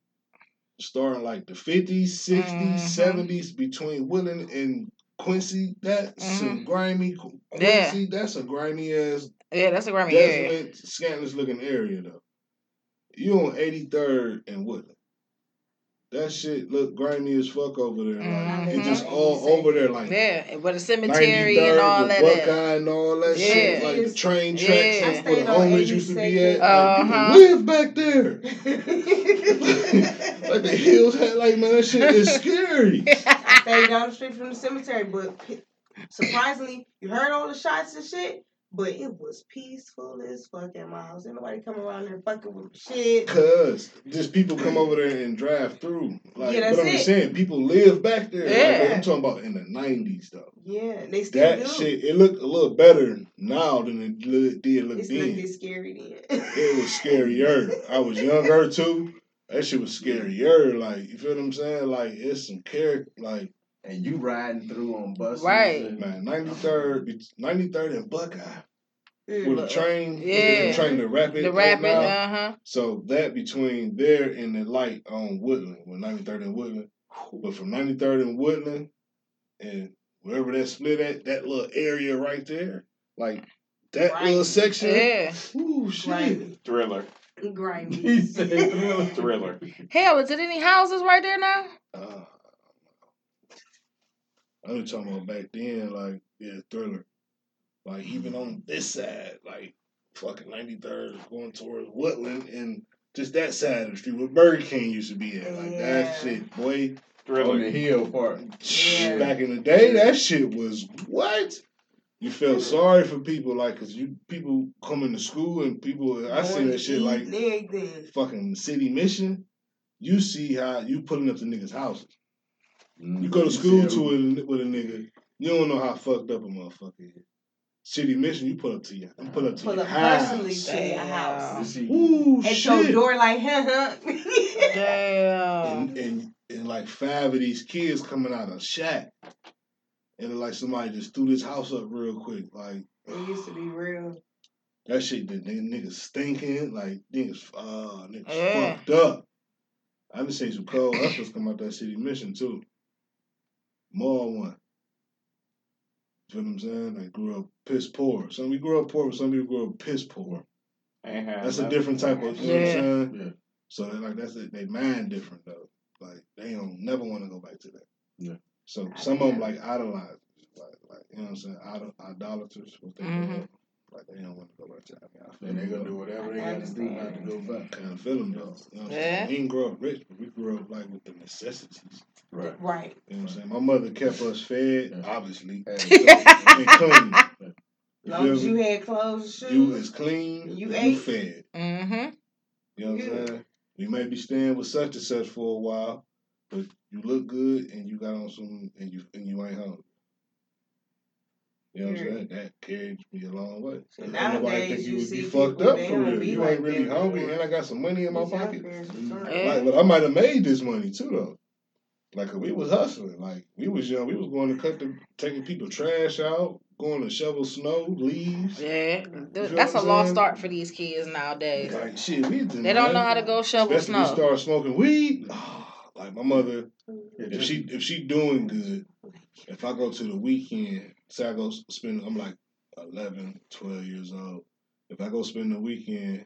starting like the fifties,
Mhm.
sixties, seventies between Woodland and Quincy. That's some
Mhm.
grimy Qu-
Yeah. Oh,
Quincy. That's a grimy ass,
Yeah. That's a Grammy area.
desolate, scantless looking area though. You on eighty third and Woodland. That shit look grimy as fuck over there. Like
Mhm.
it just all over there like
Yeah. But the cemetery
93rd
and all
with
that. at.
Buckeye and all that shit,
Yeah.
like the train tracks
Yeah.
and where
I
the
stayed on
homies used to be
82nd.
at. Like, people
Uh-huh.
live back there. Like the
Stayed
hills had, like man, that shit is scary.
down the street from the cemetery, but p- surprisingly, you heard all the shots and shit, but it was peaceful as fucking miles. Ain't nobody come around there fucking with shit.
Cause just people come over there and drive through. Like,
Yeah,
but
that's
I'm just
it.
saying, people live back there. Like,
Yeah.
I'm talking about in the '90s though.
Yeah, they still
That
do.
shit, it looked a little better now than it li- did look
It's
then.
not this scary then.
it was scarier. I was younger too. That shit was scarier. Like you feel what I'm saying? Like it's some character. Like.
and you riding through on buses.
Right.
and-
Man, 93rd, 93rd and Buckeye. with the train,
uh, Yeah.
the train to rapid,
The
that
rapid,
now.
uh huh.
So that between there and the light on Woodland, with 93rd and Woodland, but from 93rd and Woodland, and wherever that split at, that little area right there, like that
Right.
little section.
Yeah.
Ooh, shit.
Right.
Thriller.
Grimy.
He said thriller.
Thriller.
Hell, is it any houses right there now?
Uh, I was talking about back then, like yeah, thriller. Like even on this side, like fucking ninety third going towards Woodland and just that side of the street where Burger King used to be at. Like that
Yeah.
shit, boy.
on
Thriller.
the hill part.
Yeah.
Back in the day, that shit was what? You felt
Mm.
sorry for people, like, cause you people coming to school and people. I seen that shit like
Leg then.
fucking city mission. You see how you pulling up to niggas' houses. You
Mm-hmm.
go to school to a, with a nigga, you don't know how fucked up a motherfucker is. City mission, you pull up to your, you pull up to
Pull
your
up
house.
personally to your
Damn.
house.
Ooh,
At
shit.
your door, like, huh, huh.
Damn.
And, and and like five of these kids coming out of shack, and like somebody just threw this house up real quick. Like
it used to be real.
that shit, the, the niggas stinking, like niggas, uh, niggas
Yeah.
fucked up. I just seen some cold hustlers come out that city mission too. More one. You know what I'm saying? Like grew up piss poor. Some we grew up poor, but some people grew up piss poor.
Ain't had
That's a
nothing.
different type of you know
Yeah.
what I'm saying?
Yeah.
So they like that's it. They mind different though. Like they don't never want to go back to that.
Yeah.
So some of them like idolize, like like you know what I'm saying? Idol- idolaters, what they
Mm-hmm.
Mhm.
call it. like they don't want to go back to that. I mean, I feel
And they
them,
gonna
though.
do whatever they gotta do not to go back.
Kind of feel them though. You know what I'm saying?
Yeah.
We didn't grow up rich, but we grew up like with the necessities.
Right.
Right.
You know what I'm saying? My mother kept us fed,
Yeah.
obviously.
Hey,
And clean. You
long
feel
as you
me?
had clothes and
You
shoes.
is clean,
You
you,
ate.
fed.
Mm-hmm.
You know what
Yeah.
I'm saying? We may be staying with such and such for a while, but you look good and you got on some and you and you ain't hungry. You know what I'm
Period.
saying? That carried me a long way.
So
Ain't
nowadays,
think
you
would be
see
fucked
people,
up
they
for
don't
real.
be
You
like
ain't really
that
hungry,
anymore.
and I got some money in my pocket. Mm.
pocket.
Yeah.
Like, but I might have made this money too though. Like we was hustling. Like we was young. We was going to cut the taking people trash out, going to shovel snow, leaves.
Yeah.
feel
Th- That's a
what I'm
lost
saying?
start for these kids nowadays.
Like shit, we didn't.
They don't know how to go shovel
Especially we
snow.
start smoking weed. like my mother, if she if she doing good, if I go to the weekend, say I go s- spend, I'm like 11, 12 years old. If I go spend the weekend,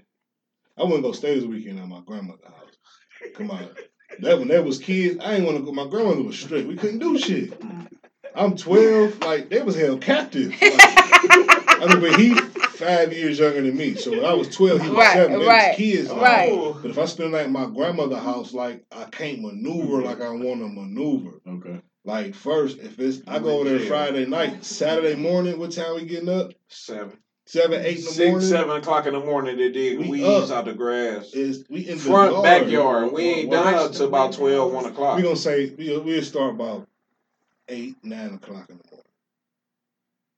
I wouldn't go stay this weekend at my grandmother's house. Come on. That when they was kids, I ain't want to go. My grandmother was strict. We couldn't do shit. I'm 12. Like, they was held captive. Like, I mean, but he five years younger than me. So when I was 12, he was
Right,
seven. They
right,
was kids. like,
Right.
But if I spend like my grandmother's house, like, I can't maneuver
Mm-hmm.
like I want to maneuver.
Okay.
Like first, if it's I go over there
Yeah.
Friday night, Saturday morning. What time we getting up?
Seven.
Seven, eight in the
Six,
morning.
seven o'clock in the morning, they dig
We
weeds
up.
out the grass.
Is we in the
Front,
yard.
backyard. We ain't
Well,
done
that's-
up till about 12, 1 o'clock.
We gonna say we we'll start about eight, nine o'clock in the morning.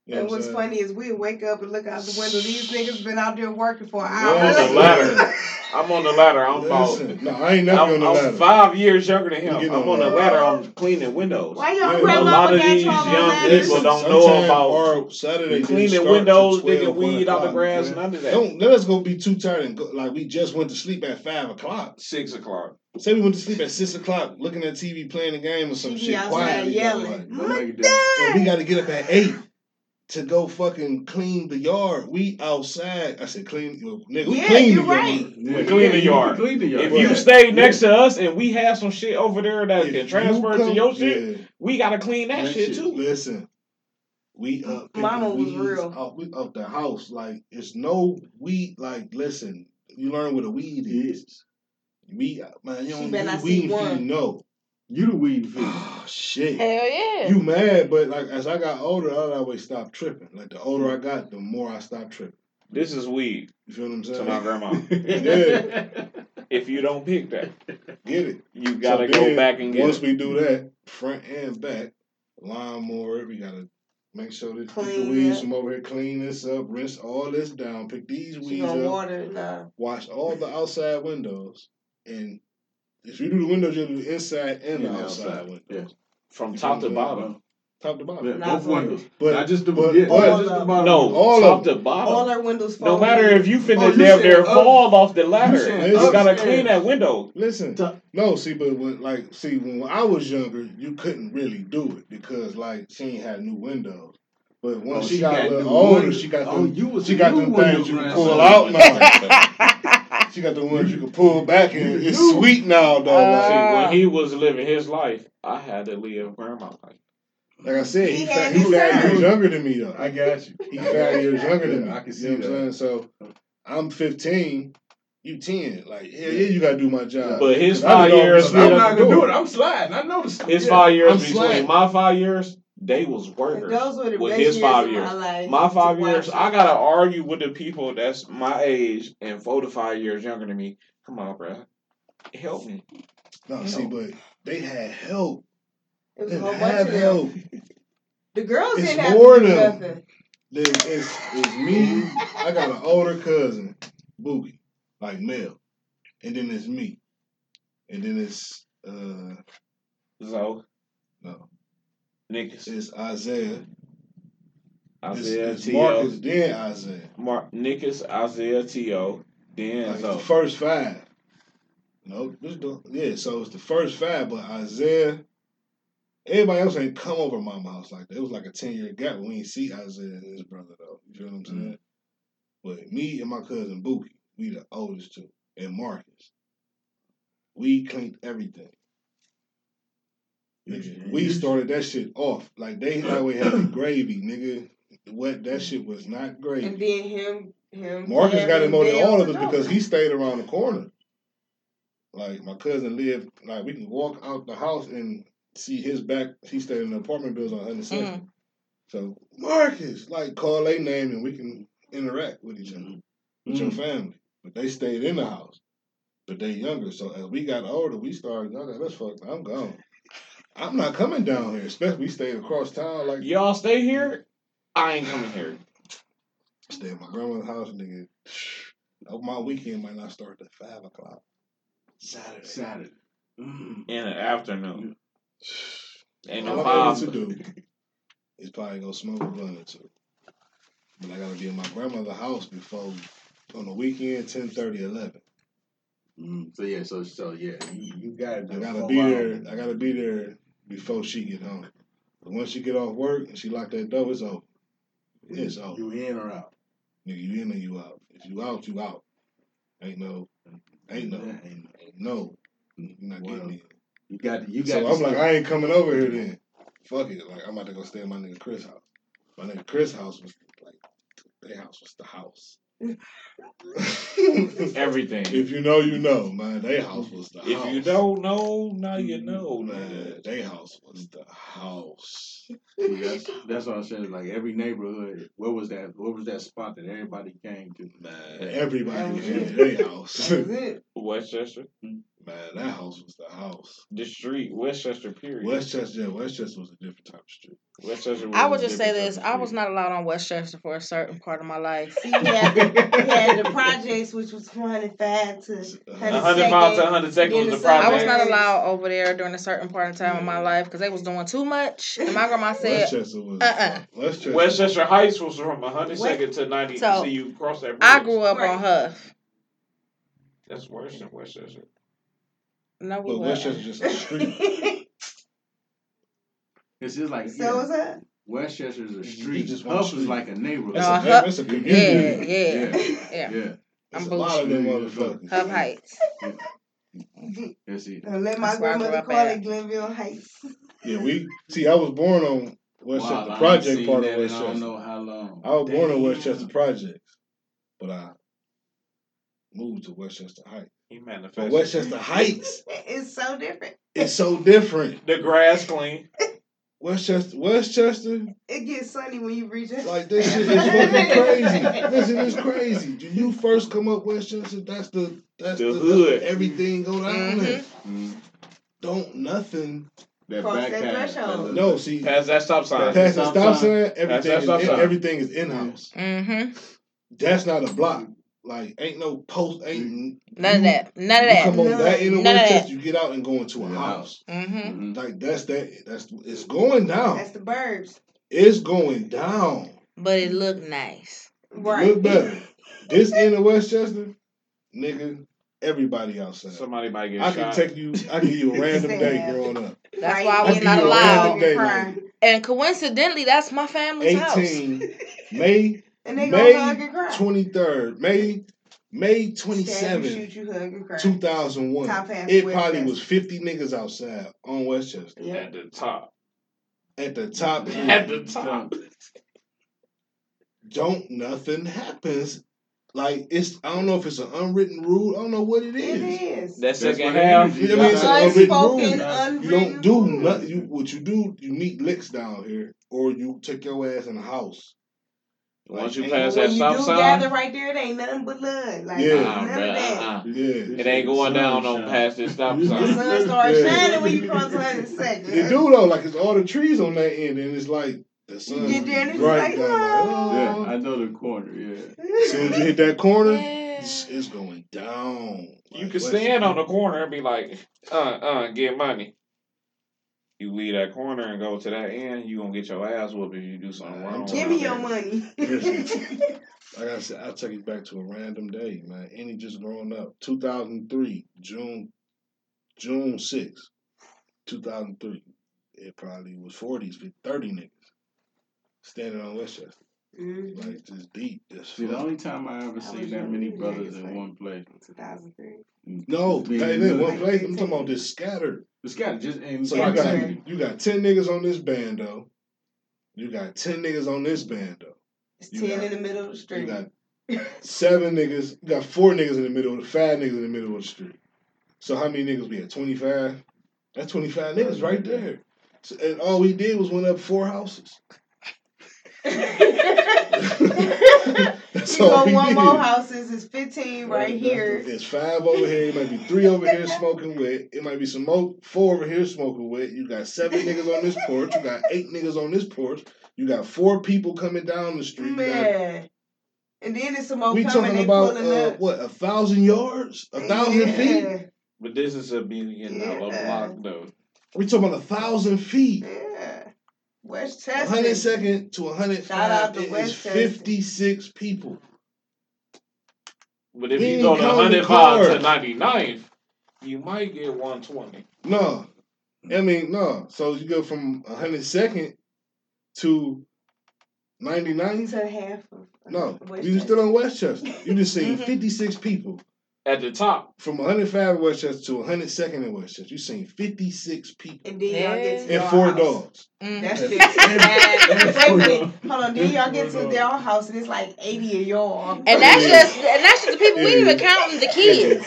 You know
And
what I'm
what's
saying?
funny is we wake up and look out the window. These niggas been out there working for hours.
Lord, the ladder. I'm on the ladder. I'm about.
Listen, no, I ain't never
I'm,
on the
I'm
ladder.
five years younger than
We
him. I'm
getting on
on the
that.
ladder. I'm cleaning windows.
Why
Yeah.
your
A
A
grandma
lot of
got
these
y'all on
young
ladders?
people don't know
Sometimes
about
our Saturday didn't
cleaning
start till
windows,
12,
digging
1
weed out the
o'clock,
grass,
man.
none of that.
Don't let us go be too tired and go, like we just went to sleep at five o'clock.
Six o'clock.
Say we went to sleep at six o'clock, looking at TV, playing a game or some
She be
shit
outside
quietly. though,
yelling.
like,
Don't make it
And we got to get up at eight to go fucking clean the yard. We outside. I said clean, well, nigga. We
Yeah,
clean
you're
the
right.
yard.
Yeah,
We clean the
you
yard.
Clean the yard.
If you
Right.
stay next to us and we have some shit over there that
If
can
you
transfer to
come-
your shit,
yeah,
we gotta clean that, shit, too.
Listen, we up. picking
Mama was
weeds
real.
Out, we up the house like it's no weed. Like listen, you learn what a weed is. We man, you
She
don't
better
need
not
weed
see
if you
one.
know.
you the weed fish.
Oh shit.
Hell yeah.
You mad, but like as I got older, I always stopped tripping. Like the older I got, the more I stopped tripping.
This is weed
You feel what I'm
to my
saying?
grandma.
Yeah.
if you don't pick that,
Get it.
you gotta
So
go
then,
back and get
Once
it.
we do that, front and back, lawnmower, we gotta make sure that pick the
Clean
weeds
up.
from over here, clean this up, rinse all this down, pick these
She
weeds
gonna
up,
water it now.
wash all the outside windows, and if you do the windows, you'll do the inside and
And
the
the
outside,
outside,
windows.
yeah.
From top to bottom.
top to bottom.
Yeah,
Not
both windows.
But
Not just the
but-
yeah,
but-
not just the bottom.
No,
All
top
of
to bottom.
Oh.
All our windows.
no
fold
matter
in.
if you
Oh,
finna
you
damn
said
near
up-
fall off the ladder,
saying
you gotta
upstairs.
clean that window.
Listen,
Top-
no, see, but when, like, see, when I was younger, you couldn't really do it because, like, she ain't had new windows. But once
Oh,
she, got, a
new
little older,
windows.
she got
Oh,
them,
you was
she
a
got
new
them
window
things you can
grandson.
pull out now.
Ah,
she got the ones you can pull back and
You
it's
knew.
sweet now, though.
See,
Uh,
like,
Ah.
when he was living his life, I had to live grandma life.
like I said,
He
he,
had
fa- he
his
five
time.
years younger than me, though.
I got you.
He five years younger than me.
Yeah, I can see
you know what I'm saying? So I'm 15, you 10. Like, hell yeah, you got to do my job.
But his
'Cause I
five
did all-
years,
I'm not
I'm
with-
not gonna do it. I'm sliding. I know this.
his
yeah.
five years
I'm
between
slack.
my five years, they was workers.
Those were the
With
best
his
years
five
of
years.
my life.
My
to
five
watch
years,
it.
I gotta argue with the people that's my age and four to five years younger than me. Come on, bruh. help me.
No, see, but they had help.
It was
They
a whole bunch
have
of them.
help.
The girls
It's
didn't have
more
to do
than-
nothing.
Then it's, it's me. I got an older cousin, Boogie, like Mel. And then it's me. And then it's, uh,
So,
no,
niggas.
it's Isaiah.
Isaiah
it's, it's
T.O.
Marcus, then Isaiah.
Mark, niggas, Isaiah T.O. Then
Like the
so
first five. No, this do yeah. So it's the first five, but Isaiah. Everybody else ain't come over my house like that. It was like a ten year gap. We ain't see Isaiah and his brother though. You feel what I'm saying? But me and my cousin Bookie, we the oldest two, and Marcus. We cleaned everything. Nigga, we started that shit off like they highway had the gravy, nigga. What that shit was not
And
gravy.
then him, him.
Marcus got
Barry,
him more than
Bill,
all of
and
us because
Dover.
he stayed around the corner. Like my cousin lived, like we can walk out the house and see his back. He stayed in an apartment building on 102nd.
Mm.
So Marcus, like call their name and we can interact with each other, with your
Mm.
family. But they stayed in the house, but they younger. So as we got older, we started. Y'all got us fucked. I'm gone. I'm not coming down here. Especially we stayed across town. Like
y'all stay here. I ain't coming here.
stay at my grandma's house, nigga. Oh, My weekend might not start till five o'clock. Saturday.
Saturday. Mm.
in the afternoon. Ain't no
All I
five.
need to do is probably go smoke a blunt or two. But I gotta be in my grandmother's house before on the weekend, 10, 11.
Mm. So yeah. So so yeah. You, you gotta
I
do.
gotta
four
be
hours.
there. I gotta be there before she get home. But once she get off work and she lock that door, it's over. It's over.
You in or out?
Nigga, you in or you out? If you out, you out. Ain't no, ain't no,
Yeah, ain't
ain't no. You're not
Well,
getting in.
You got. You got.
So
to
I'm like,
stay-
I ain't coming over here then. Fuck it. Like I'm about to go stay at my nigga Chris house. My nigga Chris house was like their house was the house.
Everything.
if you know, you know, man. They house was the
If
house. Mm-hmm.
you don't know, now you know,
man,
nigga.
they house was the house.
See, that's that's what I'm saying. Like every neighborhood, where was that? Where was that spot that everybody came to?
Man,
That
everybody
was
in
it.
their house.
That was it.
Westchester,
Mm-hmm. man, that house was the house.
the street, Westchester, period.
Westchester, yeah, Westchester was a different type of street.
Westchester.
I would
was a
just say
different
this:
type of
I was
street.
not allowed on Westchester for a certain part of my life.
See, we had, we had the projects, which was 105 to
A
100
hundred miles to a hundred seconds was
in the
the
summer.
I was
project.
not allowed over there during a certain part of time of my life because they was doing too much. And my grandma said,
Mm-hmm. Westchester was
uh-uh.
Westchester.
Westchester Heights was from a hundred
West-
second to ninety.
So,
So you cross that bridge.
I grew up
Right.
on Huff.
That's worse than Westchester.
No, we
But
were
Westchester just a street.
It's just like
so
yeah,
was that?
Westchester's
You
a street.
just want
Huff
street.
is like a neighborhood.
That's
No,
a,
Huff-
that's a community.
Uh-huh. Yeah,
community.
yeah.
yeah.
Yeah.
yeah.
That's
I'm
a lot of them
bullshit.
motherfuckers.
Huff Heights.
That's it.
I let my
That's where I grew
grandmother
up
call
at.
it Glenville Heights.
Yeah, we see. I was born on
Wow,
Westchester
I ain't
Project
seen
part of
that in I don't
Westchester.
know how long.
I was born on
Damn.
Westchester Projects, but I moved to Westchester Heights.
He
But
manifested.
Westchester Heights
It's so different.
is so different.
The grass clean.
Westchester, Westchester,
It gets sunny when you reach it.
like this shit is fucking crazy. Listen, it's crazy. Do you first come up Westchester? That's the that's the,
The hood.
everything go down there.
Mm.
Don't nothing.
That
Cross
back
that
half,
threshold.
that little-
No, see,
Past that stop sign.
past the
Stop
stop
sign.
sign,
Past
everything
that
is
stop
in,
sign.
everything is in house.
Mm-hmm.
That's not a block. Like, ain't no post, ain't
None of
you-
that.
Mm-hmm.
None of
You come
that.
over that in a
None of
Winchester,
that.
you get out and go into a
Yeah.
house.
Mm-hmm.
hmm
Like that's that. That's it's going down.
That's the burbs.
It's going down.
But it looked nice.
Right.
Look better. This end of Westchester, nigga. Everybody outside.
Somebody might get
I
shot.
can take you. I give you a random day
Damn.
growing up.
That's why I
I
was
give
not
you a
allowed.
random day.
Crying.
Like
And coincidentally, that's my family's house.
Eighteen May
And they
May
gonna hug and cry.
twenty third. May May twenty
Stab you,
seventh,
shoot you, hug and cry.
two thousand one.
Top half
It
of
probably
Westchester.
was fifty niggas outside on Westchester
Yep.
At the top.
at the top.
At the top.
don't nothing happens. Like it's I don't know if it's an unwritten rule. I don't know what it
It
is.
is.
That
That's
second
what it
half.
is.
You know what I mean? It's an unwritten
Unspoken,
rule.
unwritten.
You don't do
rule.
nothing. You, what you do, you meet licks down here, or you take your ass in the house.
Once you
ain't
pass that
no
When you
stop
do
sign,
gather right there, it ain't nothing but love. Like
Yeah.
nah,
none
bruh,
of that.
uh-uh.
Yeah.
it ain't going down on past this stop
The
sign.
sun starts
Yeah.
shining when you cross 100 seconds.
They do though. Like it's all the trees on that end, and it's like the sun
get there and it's
bright
like,
down.
oh.
Like, oh.
Yeah, I know the corner. Yeah,
As soon as you hit that corner,
Yeah.
it's, it's going down.
You
Like,
can
Westchester.
stand on the corner and be like, uh, uh, get money. You leave that corner and go to that end, you gonna get your ass whooped if you do something wrong.
Give me your money.
Like I said, I'll take it back to a random day, man. Any just growing up. 2003, June June 6, 2003. It probably was 40s, with 30 niggas standing on Westchester.
Mhm.
Like, just deep. Just
see, the
fuck.
only time I ever
I was
seen that
young
many
when
brothers
that was
in
like-
one place.
2003.
No,
Being
that ain't one
looked-
place. I'm talking about this scattered.
It's got just in
So you
proximity.
got, you got 10 niggas on this band, though. You got 10 niggas on this band, though.
It's
You
10
got-
in the middle of the
You
street.
got seven niggas. You got four niggas in the middle. Five niggas in the middle of the street. So how many niggas we had? Twenty five. That's twenty five niggas right there. So, and all we did was went up four houses. That's
you go
all we
one
did.
more houses. It's 15 right,
That's
here.
the- It's five over here. It might be three over here smoking wet. It might be some more, four over here smoking wet. You got seven niggas on this porch. You got eight niggas on this porch. You got four people coming down the street. You got
Man. And then it's some more
we
coming.
talking
They
about
pulling
uh,
up.
what a thousand yards, a thousand feet.
Yeah.
But this is a billion dollar
Yeah.
block though.
We talking about a thousand feet,
Yeah. West
a hundred
Chester.
second to a hundred
Shout out
five.
to
It is
Westchester.
fifty six people.
But if
We
you
ain't
go to
counting the
105 to
cars.
99th, you might get 120.
No, I mean no. So you go from a hundred second to ninety nine.
To half of
No, you
Westchester.
still on Westchester. You just seen
Mhm.
fifty six people
At the top,
from one hundred five in Westchester to one hundred second in Westchester. You seen fifty six people
And then y'all get to
and
y'all
four
house.
dogs.
Mm.
That's
And-
fifteen.
and-
Wait a minute. Hold on. Then y'all get to
Hold on.
their house and it's like eighty of y'all.
And that's
Yeah.
just and that's just the people we ain't even
Yeah.
counting the kids.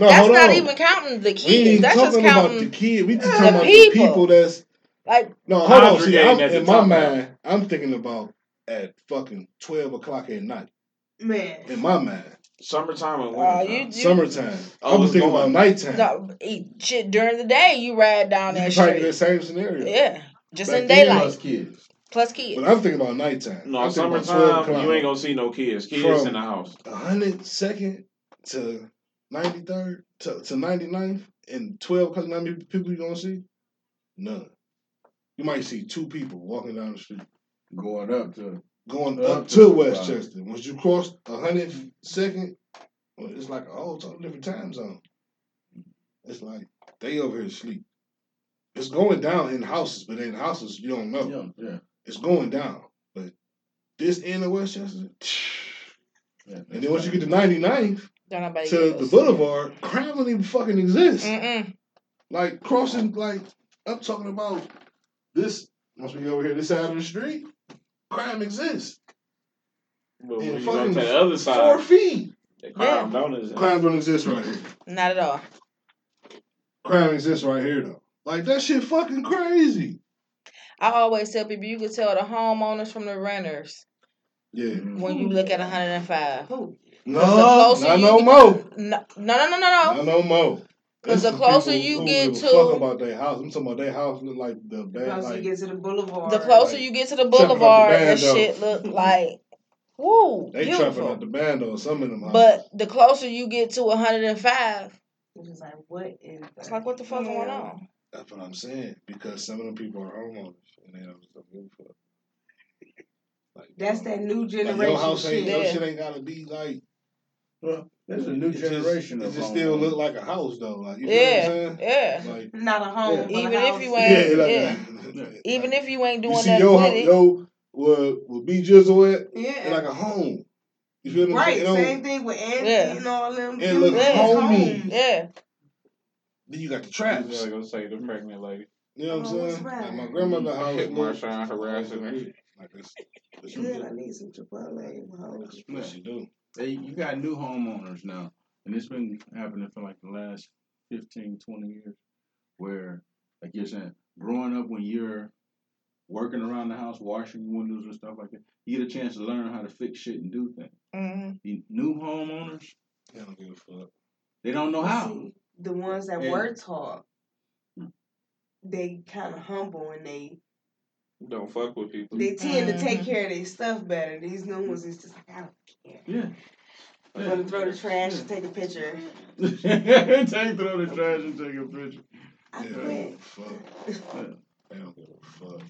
No,
that's
hold
not
on.
even counting the
We ain't
kids.
even
That's just
talking about the
counting
kid. We just
the
talking about the
people.
people that's
like
No, hold on. See,
Congregating
I'm,
at the
in my
top
mind,
now.
I'm thinking about at fucking twelve o'clock at night. In
Man.
my mind,
summertime and
uh,
wintertime.
you, you
summertime.
Oh,
I was
it's
thinking about
going-
nighttime.
No, e- shit. During the day, you ride down
you
that
could probably get
street.
the same scenario.
Yeah, just
Back
in
then,
daylight
Plus kids.
plus kids.
But I'm thinking about nighttime.
no,
I'm thinking about
summertime, you ain't gonna see no kids. Kids
From-
in the house.
hundred second to ninety third to to 99th and twelve o'clock. How many people you gonna see? None. You might see two people walking down the street.
Going up to
going
Up
up,
to
to
the
Westchester. Once you cross a hundred second, well, it's like a whole total different time zone. It's like they over here sleep. It's going down in houses, but in houses you don't know.
yeah, yeah.
It's going down, but this end of Westchester,
yeah
and then once you get to 99th
Don't nobody
to
get
the
those.
Boulevard, crime don't even fucking exist.
Mm-mm.
Like crossing, like I'm talking about this. Once we get over here, this side of the street, crime exists. And
But when you go
fucking
to the other
Four
side,
feet,
the crime don't exist.
crime don't exist right here.
Not at all.
crime exists right here though. Like that shit fucking crazy.
I always tell people you could tell the homeowners from the renters
Yeah.
Mm-hmm.
when you look at 105.
Who?
No,
Cause the closer
not
you
no
get-
more.
No, no, no, no, no.
Not no more.
Because
This
the
is
closer
people
you
who
get
give a
to-
fuck about their house. I'm talking about their house look like the
The
bad
closer
like
you get to the boulevard.
The closer
Like,
you get to the
chopping up the
boulevard,
band
that
though.
shit look like Woo,
They trapping
beautiful.
out the bando or some of them.
But the closer you get to 105,
It's just like, what is
it's like, what the fuck going on?
That's what I'm saying because some of them people are homeowners and they don't just give a fuck. Like,
That's that new
Like,
generation
your house ain't
shit.
your
Yeah.
shit ain't gotta be like.
Well, there's a new
it just-
generation
It
of
just still
homeowners.
look like a house though. Like you know
Yeah,
what I'm
yeah.
saying? Like
Not a home,
Yeah.
but
Even
a
if
house.
you ain't-
yeah, like
Yeah.
like-
Even if you ain't
you
doing
see
nothing
your
with
home,
it.
yo, will will be jizzle at
Yeah.
it's like a home. You feel me?
right.
It don't-
Same thing with Andy
Yeah.
and all them.
It look
dudes.
homey.
Homes.
Yeah,
Then you got the
I
traps.
was gonna say the pregnant lady.
You know what I'm
Oh, that's
saying?
right.
Like my grandmother house.
Hit
look-
Marshawn harassing her.
Like it's, it's
Yeah, I need some Chipotle. hoes.
that's what she do.
They, you got new homeowners now, and it's been happening for like the last 15, 20 years, where, like you're saying, growing up when you're working around the house, washing windows and stuff like that, you get a chance to learn how to fix shit and do things.
Mhm.
The new homeowners,
They don't give a fuck.
they don't know how.
See, the ones that
Oh, Yeah.
were taught,
Hmm.
they kind of humble and they
Don't fuck with people.
they tend to take
Mhm.
care of their stuff better. These new ones is just like I don't care.
Yeah.
I'm gonna throw the trash and take a picture.
take throw the trash and take a picture.
I
They don't
quit.
give a fuck. They don't give a fuck.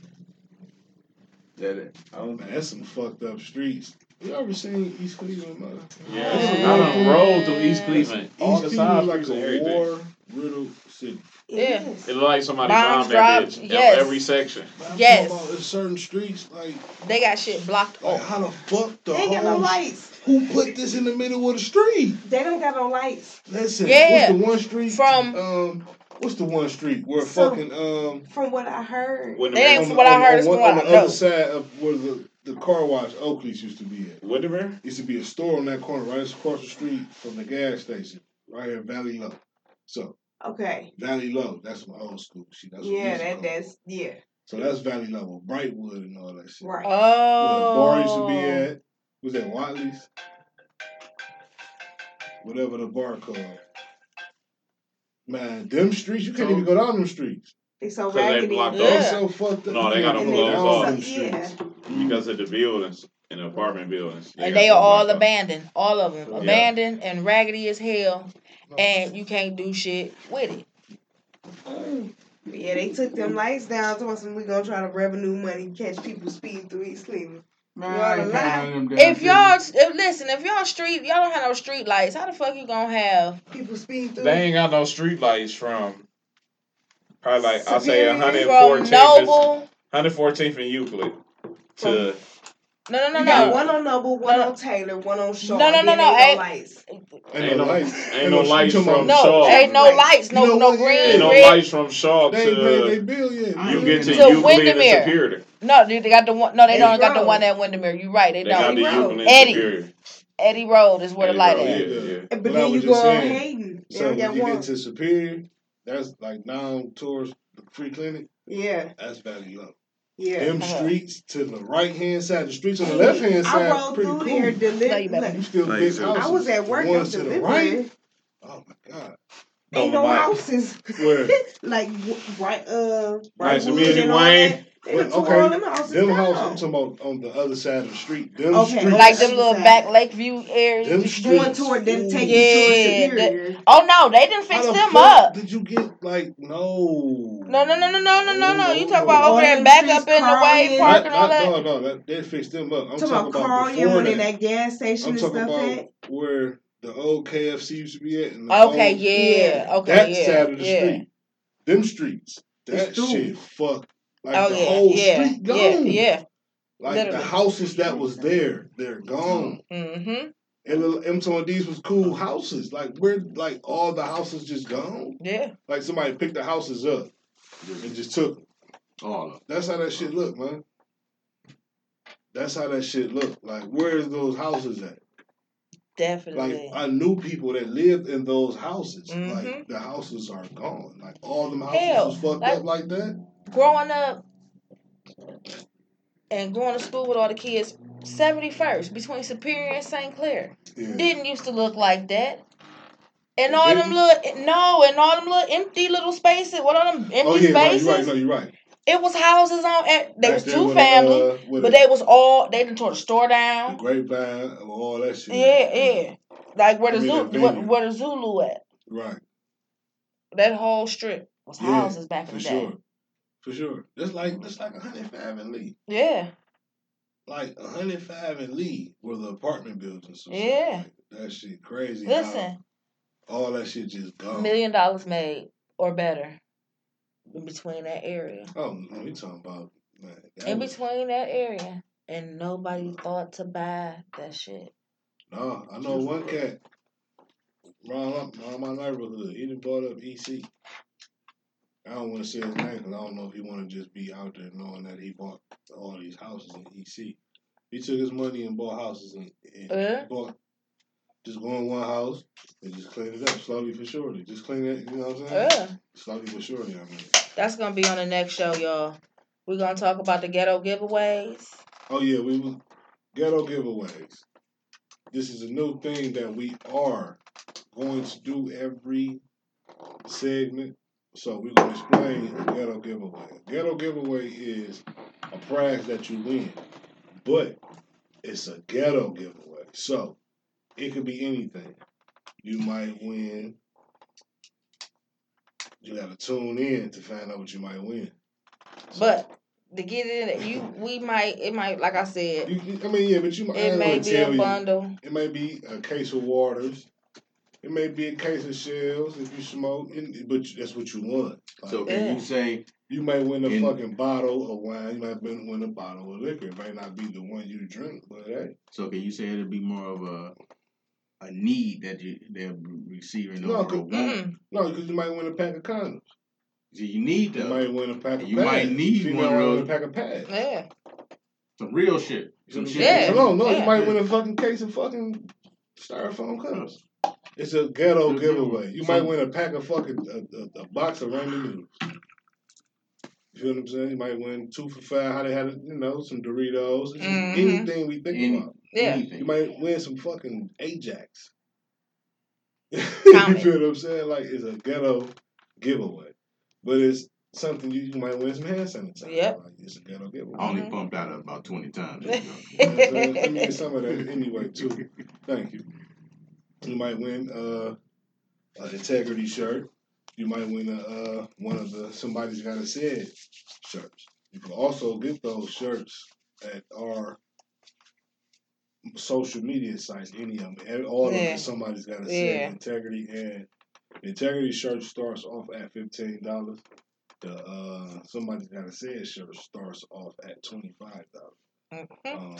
Yeah, that- I don't
Man, that's some fucked up streets. You ever seen East Cleveland? man?
Yeah,
Mm.
I done rolled through East Cleveland. All
East
the
Cleveland
side
like
streets and
a
everything.
war riddled city.
Yeah.
It is.
It looked like somebody
Bombs
bombed that
dropped,
bitch. Ev-
yes.
Every section.
But I'm
Yes.
talking about in certain streets, like,
they got shit blocked
like
off.
how the fuck the
They ain't got no
hoes-
lights.
who put this in the middle of the street?
They don't got no lights
Listen,
Yeah.
what's the one street
From-
um what's the one street where
So-
fucking um
from what I heard.
Windermere.
They ain't-
on the-
what I
on-
heard
on
is
one-
what
on the
I know.
other side of where the, the car wash Oakley's used to be at.
Windermere?
used to be a store on that corner, right across the street from the gas station, right here in Valley Low. So
Okay.
Valley Low, that's my old school shit. That's what we
Yeah,
used to
that
call it.
that's yeah.
so that's Valley Low, with Brightwood and all that shit.
Right.
Where the
Oh.
bar used to be at was that Watley's, whatever the bar called. Man, them streets you can't even go down them streets.
They so
'Cause they
raggedy.
blocked
Yeah.
They
off.
so fucked up.
No, they
You
got
can't
them
go
closed
down
off.
them
Yeah.
streets.
Because of the buildings and the apartment buildings.
And
got
they are
so
all
blocked off.
abandoned, all of them,
Yeah.
abandoned and raggedy as hell, and you can't do shit with it.
Yeah, they took them lights down. Told us we gonna try to revenue money, catch people speeding through East Cleveland.
Man, I ain't got none of them damn
If y'all,
things.
if listen, if y'all street, y'all don't have no street lights. How the fuck you gonna have?
People speeding through.
They ain't got no streetlights from probably like I say
Superior
From
114th, is-
um, Noble,
114th and Euclid to
no, no, no,
you got
no,
one on Noble, one
No, no.
on Taylor, one on Shaw.
No, no,
Then
no,
ain't
no, hey.
lights.
Ain't no lights.
ain't no lights
street
from
no,
lights.
Shaw.
ain't no
Right.
lights, no,
You know
no
what, yeah.
green,
ain't no
red.
lights from Shaw
They ain't paying their
to
bill yet.
I
you
ain't
get to,
paying
To
Euclid
Windermere.
and Superior.
No, they got the one. No, they
Eddie
don't got the
Road.
one at Windermere. You right, they,
They got
don't.
the
Eddie Road.
Euclid and
Eddie.
Superior.
Eddie Road is where the
Eddie
light
Road,
at.
at.
Yeah, yeah.
But
But I
then
was
you
just
go on
saying,
Hayden. They
So
only
when
got
you
one.
get to Superior, that's like now towards the free clinic.
yeah,
That's Valley Low.
yeah.
Them
Uh-huh.
streets to the right hand side, the streets on the left hand
I
side,
rolled
pretty
through
cool.
there.
No,
Deli-
you better
look,
You still
Like,
big
so-
houses.
I was at work.
The
I
ones
was
to the
delivering.
right. Oh my god.
Ain't
Oh,
no
my.
houses.
Where
like w- right, uh, right.
Nice to meet you, Wayne.
They done
Well,
tore
okay,
all them houses
them
down.
houses I'm talking about on the other side of the street. Them
Okay,
streets
like them little
Side.
back Lakeview areas.
them
going
streets.
toward them, taking
Yeah,
you to the Superior.
Oh no, they didn't
How
fix
the
them
fuck
up.
Did you get like no?
No, no, no, no, no, no, no, no. You talk
All
about over there,
them
back
streets,
up in the way,
Carlton.
park
Not,
and all
not,
that.
no, no, Oh, that, they fixed them up. I'm
Talking
talking
about
about
Carl and
before
one in
that.
that gas station
I'm
and
talking
stuff.
about
at.
where the old KFC used to be at. And the
Okay,
old,
yeah, okay,
That
yeah,
side of the
yeah.
street. Them streets. That
It's through.
shit fucked. Like
Oh
the
yeah,
whole
yeah,
street gone.
yeah, yeah.
Like
literally.
the houses that was there, they're gone.
Mm-hmm.
And the M and D's was cool houses. Like where like all the houses just gone.
Yeah.
Like somebody picked the houses up and just took 'em.
All of
That's how that shit look, man. That's how that shit look. Like where's those houses at? like
Definitely.
I knew people that lived in those houses.
Mhm.
Like the houses are gone. Like all them houses
Hell,
was fucked
like-
up like that.
Growing up and going to school with all the kids, 71st between Superior and St. Clair.
Yeah.
didn't used to look like that. And
It
all them
didn't?
little no, and all them little empty little spaces. What all them empty
Oh yeah, right,
spaces?
you're right, no, you're right.
It was houses on. At, they
Back
was
there
two
with,
family,
uh, with
but
the-
they was all they done tore the store
the
down.
grapevine and all that shit.
Yeah, yeah. Like where the
I mean,
zoo,
that
where,
venue.
where the Zulu at?
Right.
That whole strip was
Yeah,
houses back in
For
the day.
sure. For sure. That's like that's like 105 and Lee.
Yeah,
Like 105 and Lee were the apartment buildings. or something
Yeah.
Like that. That shit crazy. how
listen,
all that shit just gone.
million dollars made or better in between that area.
Oh, no, we talking about man, that
In
was-
between that area, and nobody thought to buy that shit.
No, I know one cat. Around, around my neighborhood, he done bought up EC. I don't want to say his name because I don't know if he want to just be out there knowing that he bought all these houses in EC. He took his money and bought houses in, in
Yeah.
bought just go in one house and just clean it up slowly for surely. Just clean it, you know what I'm saying?
Yeah.
Slowly for surely, I mean.
uh. That's gonna be on the next show, y'all. We're gonna talk about the ghetto giveaways.
Oh yeah, we was ghetto giveaways. This is a new thing that we are going to do every segment. So we're gonna explain a ghetto giveaway. A ghetto giveaway is a prize that you win, but it's a ghetto giveaway. So it could be anything. You might win. You gotta tune in to find out what you might win. So-
But to get it in, you we might it might like I said,
You- you- I mean, yeah, but you might. I
it
ain't
may
gonna
be a
tell you.
bundle.
It may be a case of waters. It may be a case of shells if you smoke, and, but you- that's what you want. Like,
So
Yeah.
can you say
you may win a
In-
fucking bottle of wine. You might win win a bottle of liquor. It may not be the one you drink, but hey,
so can you say it'd be more of a a need that you they're receiving
No,
over a
could-
want?
Mm-mm.
no, because you might win a pack of condoms.
So you need
You
the
might win a pack of.
You might
pads.
need
Female
one of
might win
those.
A pack of pads.
Yeah.
some real shit. Some shit.
Yeah.
that-
No, no,
Yeah.
you might win a fucking case of fucking styrofoam cups. It's a ghetto
Mm-hmm.
Good
giveaway.
giveaway.
You
So-
might win a pack of fucking a, a, a box of ramen noodles. You feel what I'm saying? You might win two for five. How they had, it, you know, some Doritos. It's just
Mhm.
Anything we think
Any-
about.
Yeah.
anything.
You might win some fucking Ajax. you
Comment.
feel what I'm saying? Like it's a ghetto giveaway, but it's something you, you might win some hand sanitizer.
Yep.
Like, it's a ghetto giveaway.
I only
Mm-hmm.
pumped out about twenty times.
You know what I'm saying? Let me get some of that anyway too. Thank you. You might win uh, an integrity shirt. You might win a, uh, one of the somebody's got a said shirts. You can also get those shirts at our social media sites. Any of them, all of
Yeah.
them. Somebody's got a said
Yeah.
integrity and the integrity shirt starts off at fifteen dollars. The uh, somebody's got a said shirt starts off at twenty five dollars.
Mhm.
Um,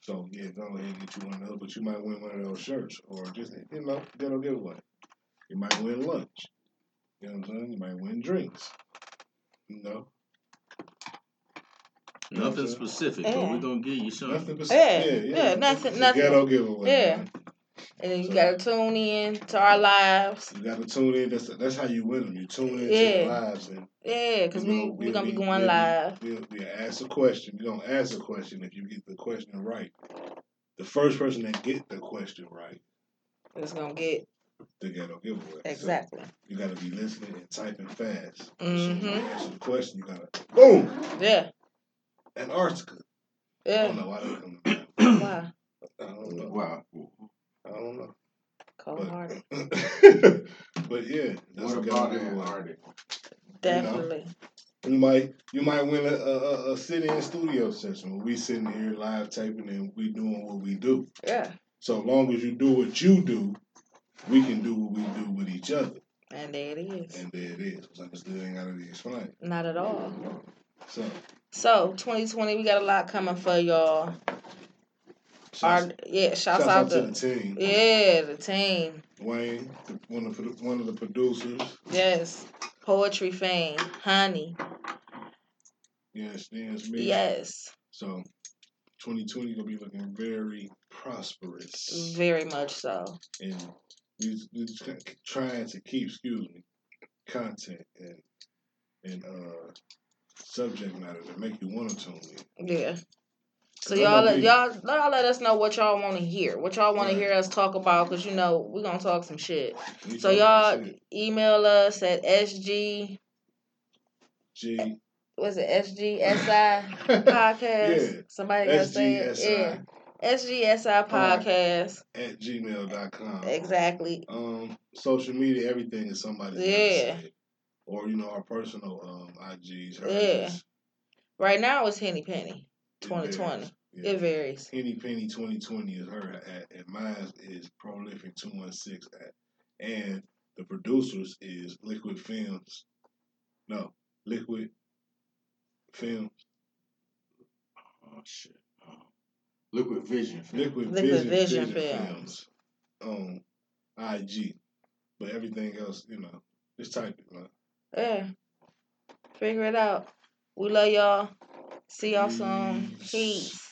so yeah, go ahead and get you one of those, but you might win one of those shirts or just you know, get a giveaway. You might win lunch. You know what I'm saying? You might win drinks. You know,
Nothing specific, but
Yeah.
we're gonna give you something.
nothing. But,
Yeah, yeah, nothing-
it's a
nothing.
Ghetto giveaway.
Yeah.
man.
And then you gotta tune in to our lives.
You gotta tune in. That's that's how you win them. You tune in to
Yeah.
the lives and
Yeah, because
you know,
we we're
we'll
gonna be
we'll
going live.
We'll, we'll ask a question. You're gonna ask a question if you get the question right. The first person that get the question right,
It's gonna get
the ghetto giveaway. So-
exactly.
You gotta be listening and typing fast.
Mhm.
So when you answer the question, you gotta boom
Yeah,
Antarctica. I don't
yeah.
know why they come. I
Why?
don't know.
Wow.
I don't know.
Cold hearted.
But, but yeah, that's
What
a ghetto
about that
giveaway.
artist?
Definitely.
You might you might win a, a, a- a sit-in studio session where we sitting here live taping and we doing what we do.
Yeah.
So long as you do what you do, we can do what we do with each other.
And there it is.
And there it is. So I still ain't gotta be explained.
Not at all.
So,
So 2020, we got a lot coming for y'all. Our
shouts,
yeah, shouts,
shouts
out,
out
to,
to the team.
yeah the team.
Wayne, the- one of the, one of the producers.
Yes, poetry fame, honey.
Yes, Dan Smith.
Yes,
So, 2020 gonna be looking very prosperous,
very much so.
and we we just got- trying to keep, excuse me, content and and uh subject matter that make you want to tune in.
Yeah. So
I'm
y'all,
gonna
let,
be-
y'all, y'all let us know what y'all want to hear, what y'all want to
Right.
hear us talk about, cause you know we gonna talk some shit.
We
So
talking about
y'all
shit.
email us at sg
G
was it SGSI podcast?
Yeah.
Somebody gotta say it. Yeah.
SGSI
SGSI podcast.
at gmail.com.
Exactly.
Um, social media, everything is somebody's. gotta
Yeah.
say it. Or, you know, our personal um, IGs. hers,
Yeah. Right now it's Henny Penny.
it
2020.
varies. Yeah.
It varies.
Penny Penny 2020 is her at, and mine is Prolific 216 at. And the producers is Liquid Films. No, Liquid Films.
Oh shit. Oh. Liquid Vision.
Liquid,
Liquid
Vision,
Vision
Vision
Films.
Films. on IG. But everything else, you know, just type it, man.
Yeah. Figure it out. We love y'all. See y'all soon. Peace.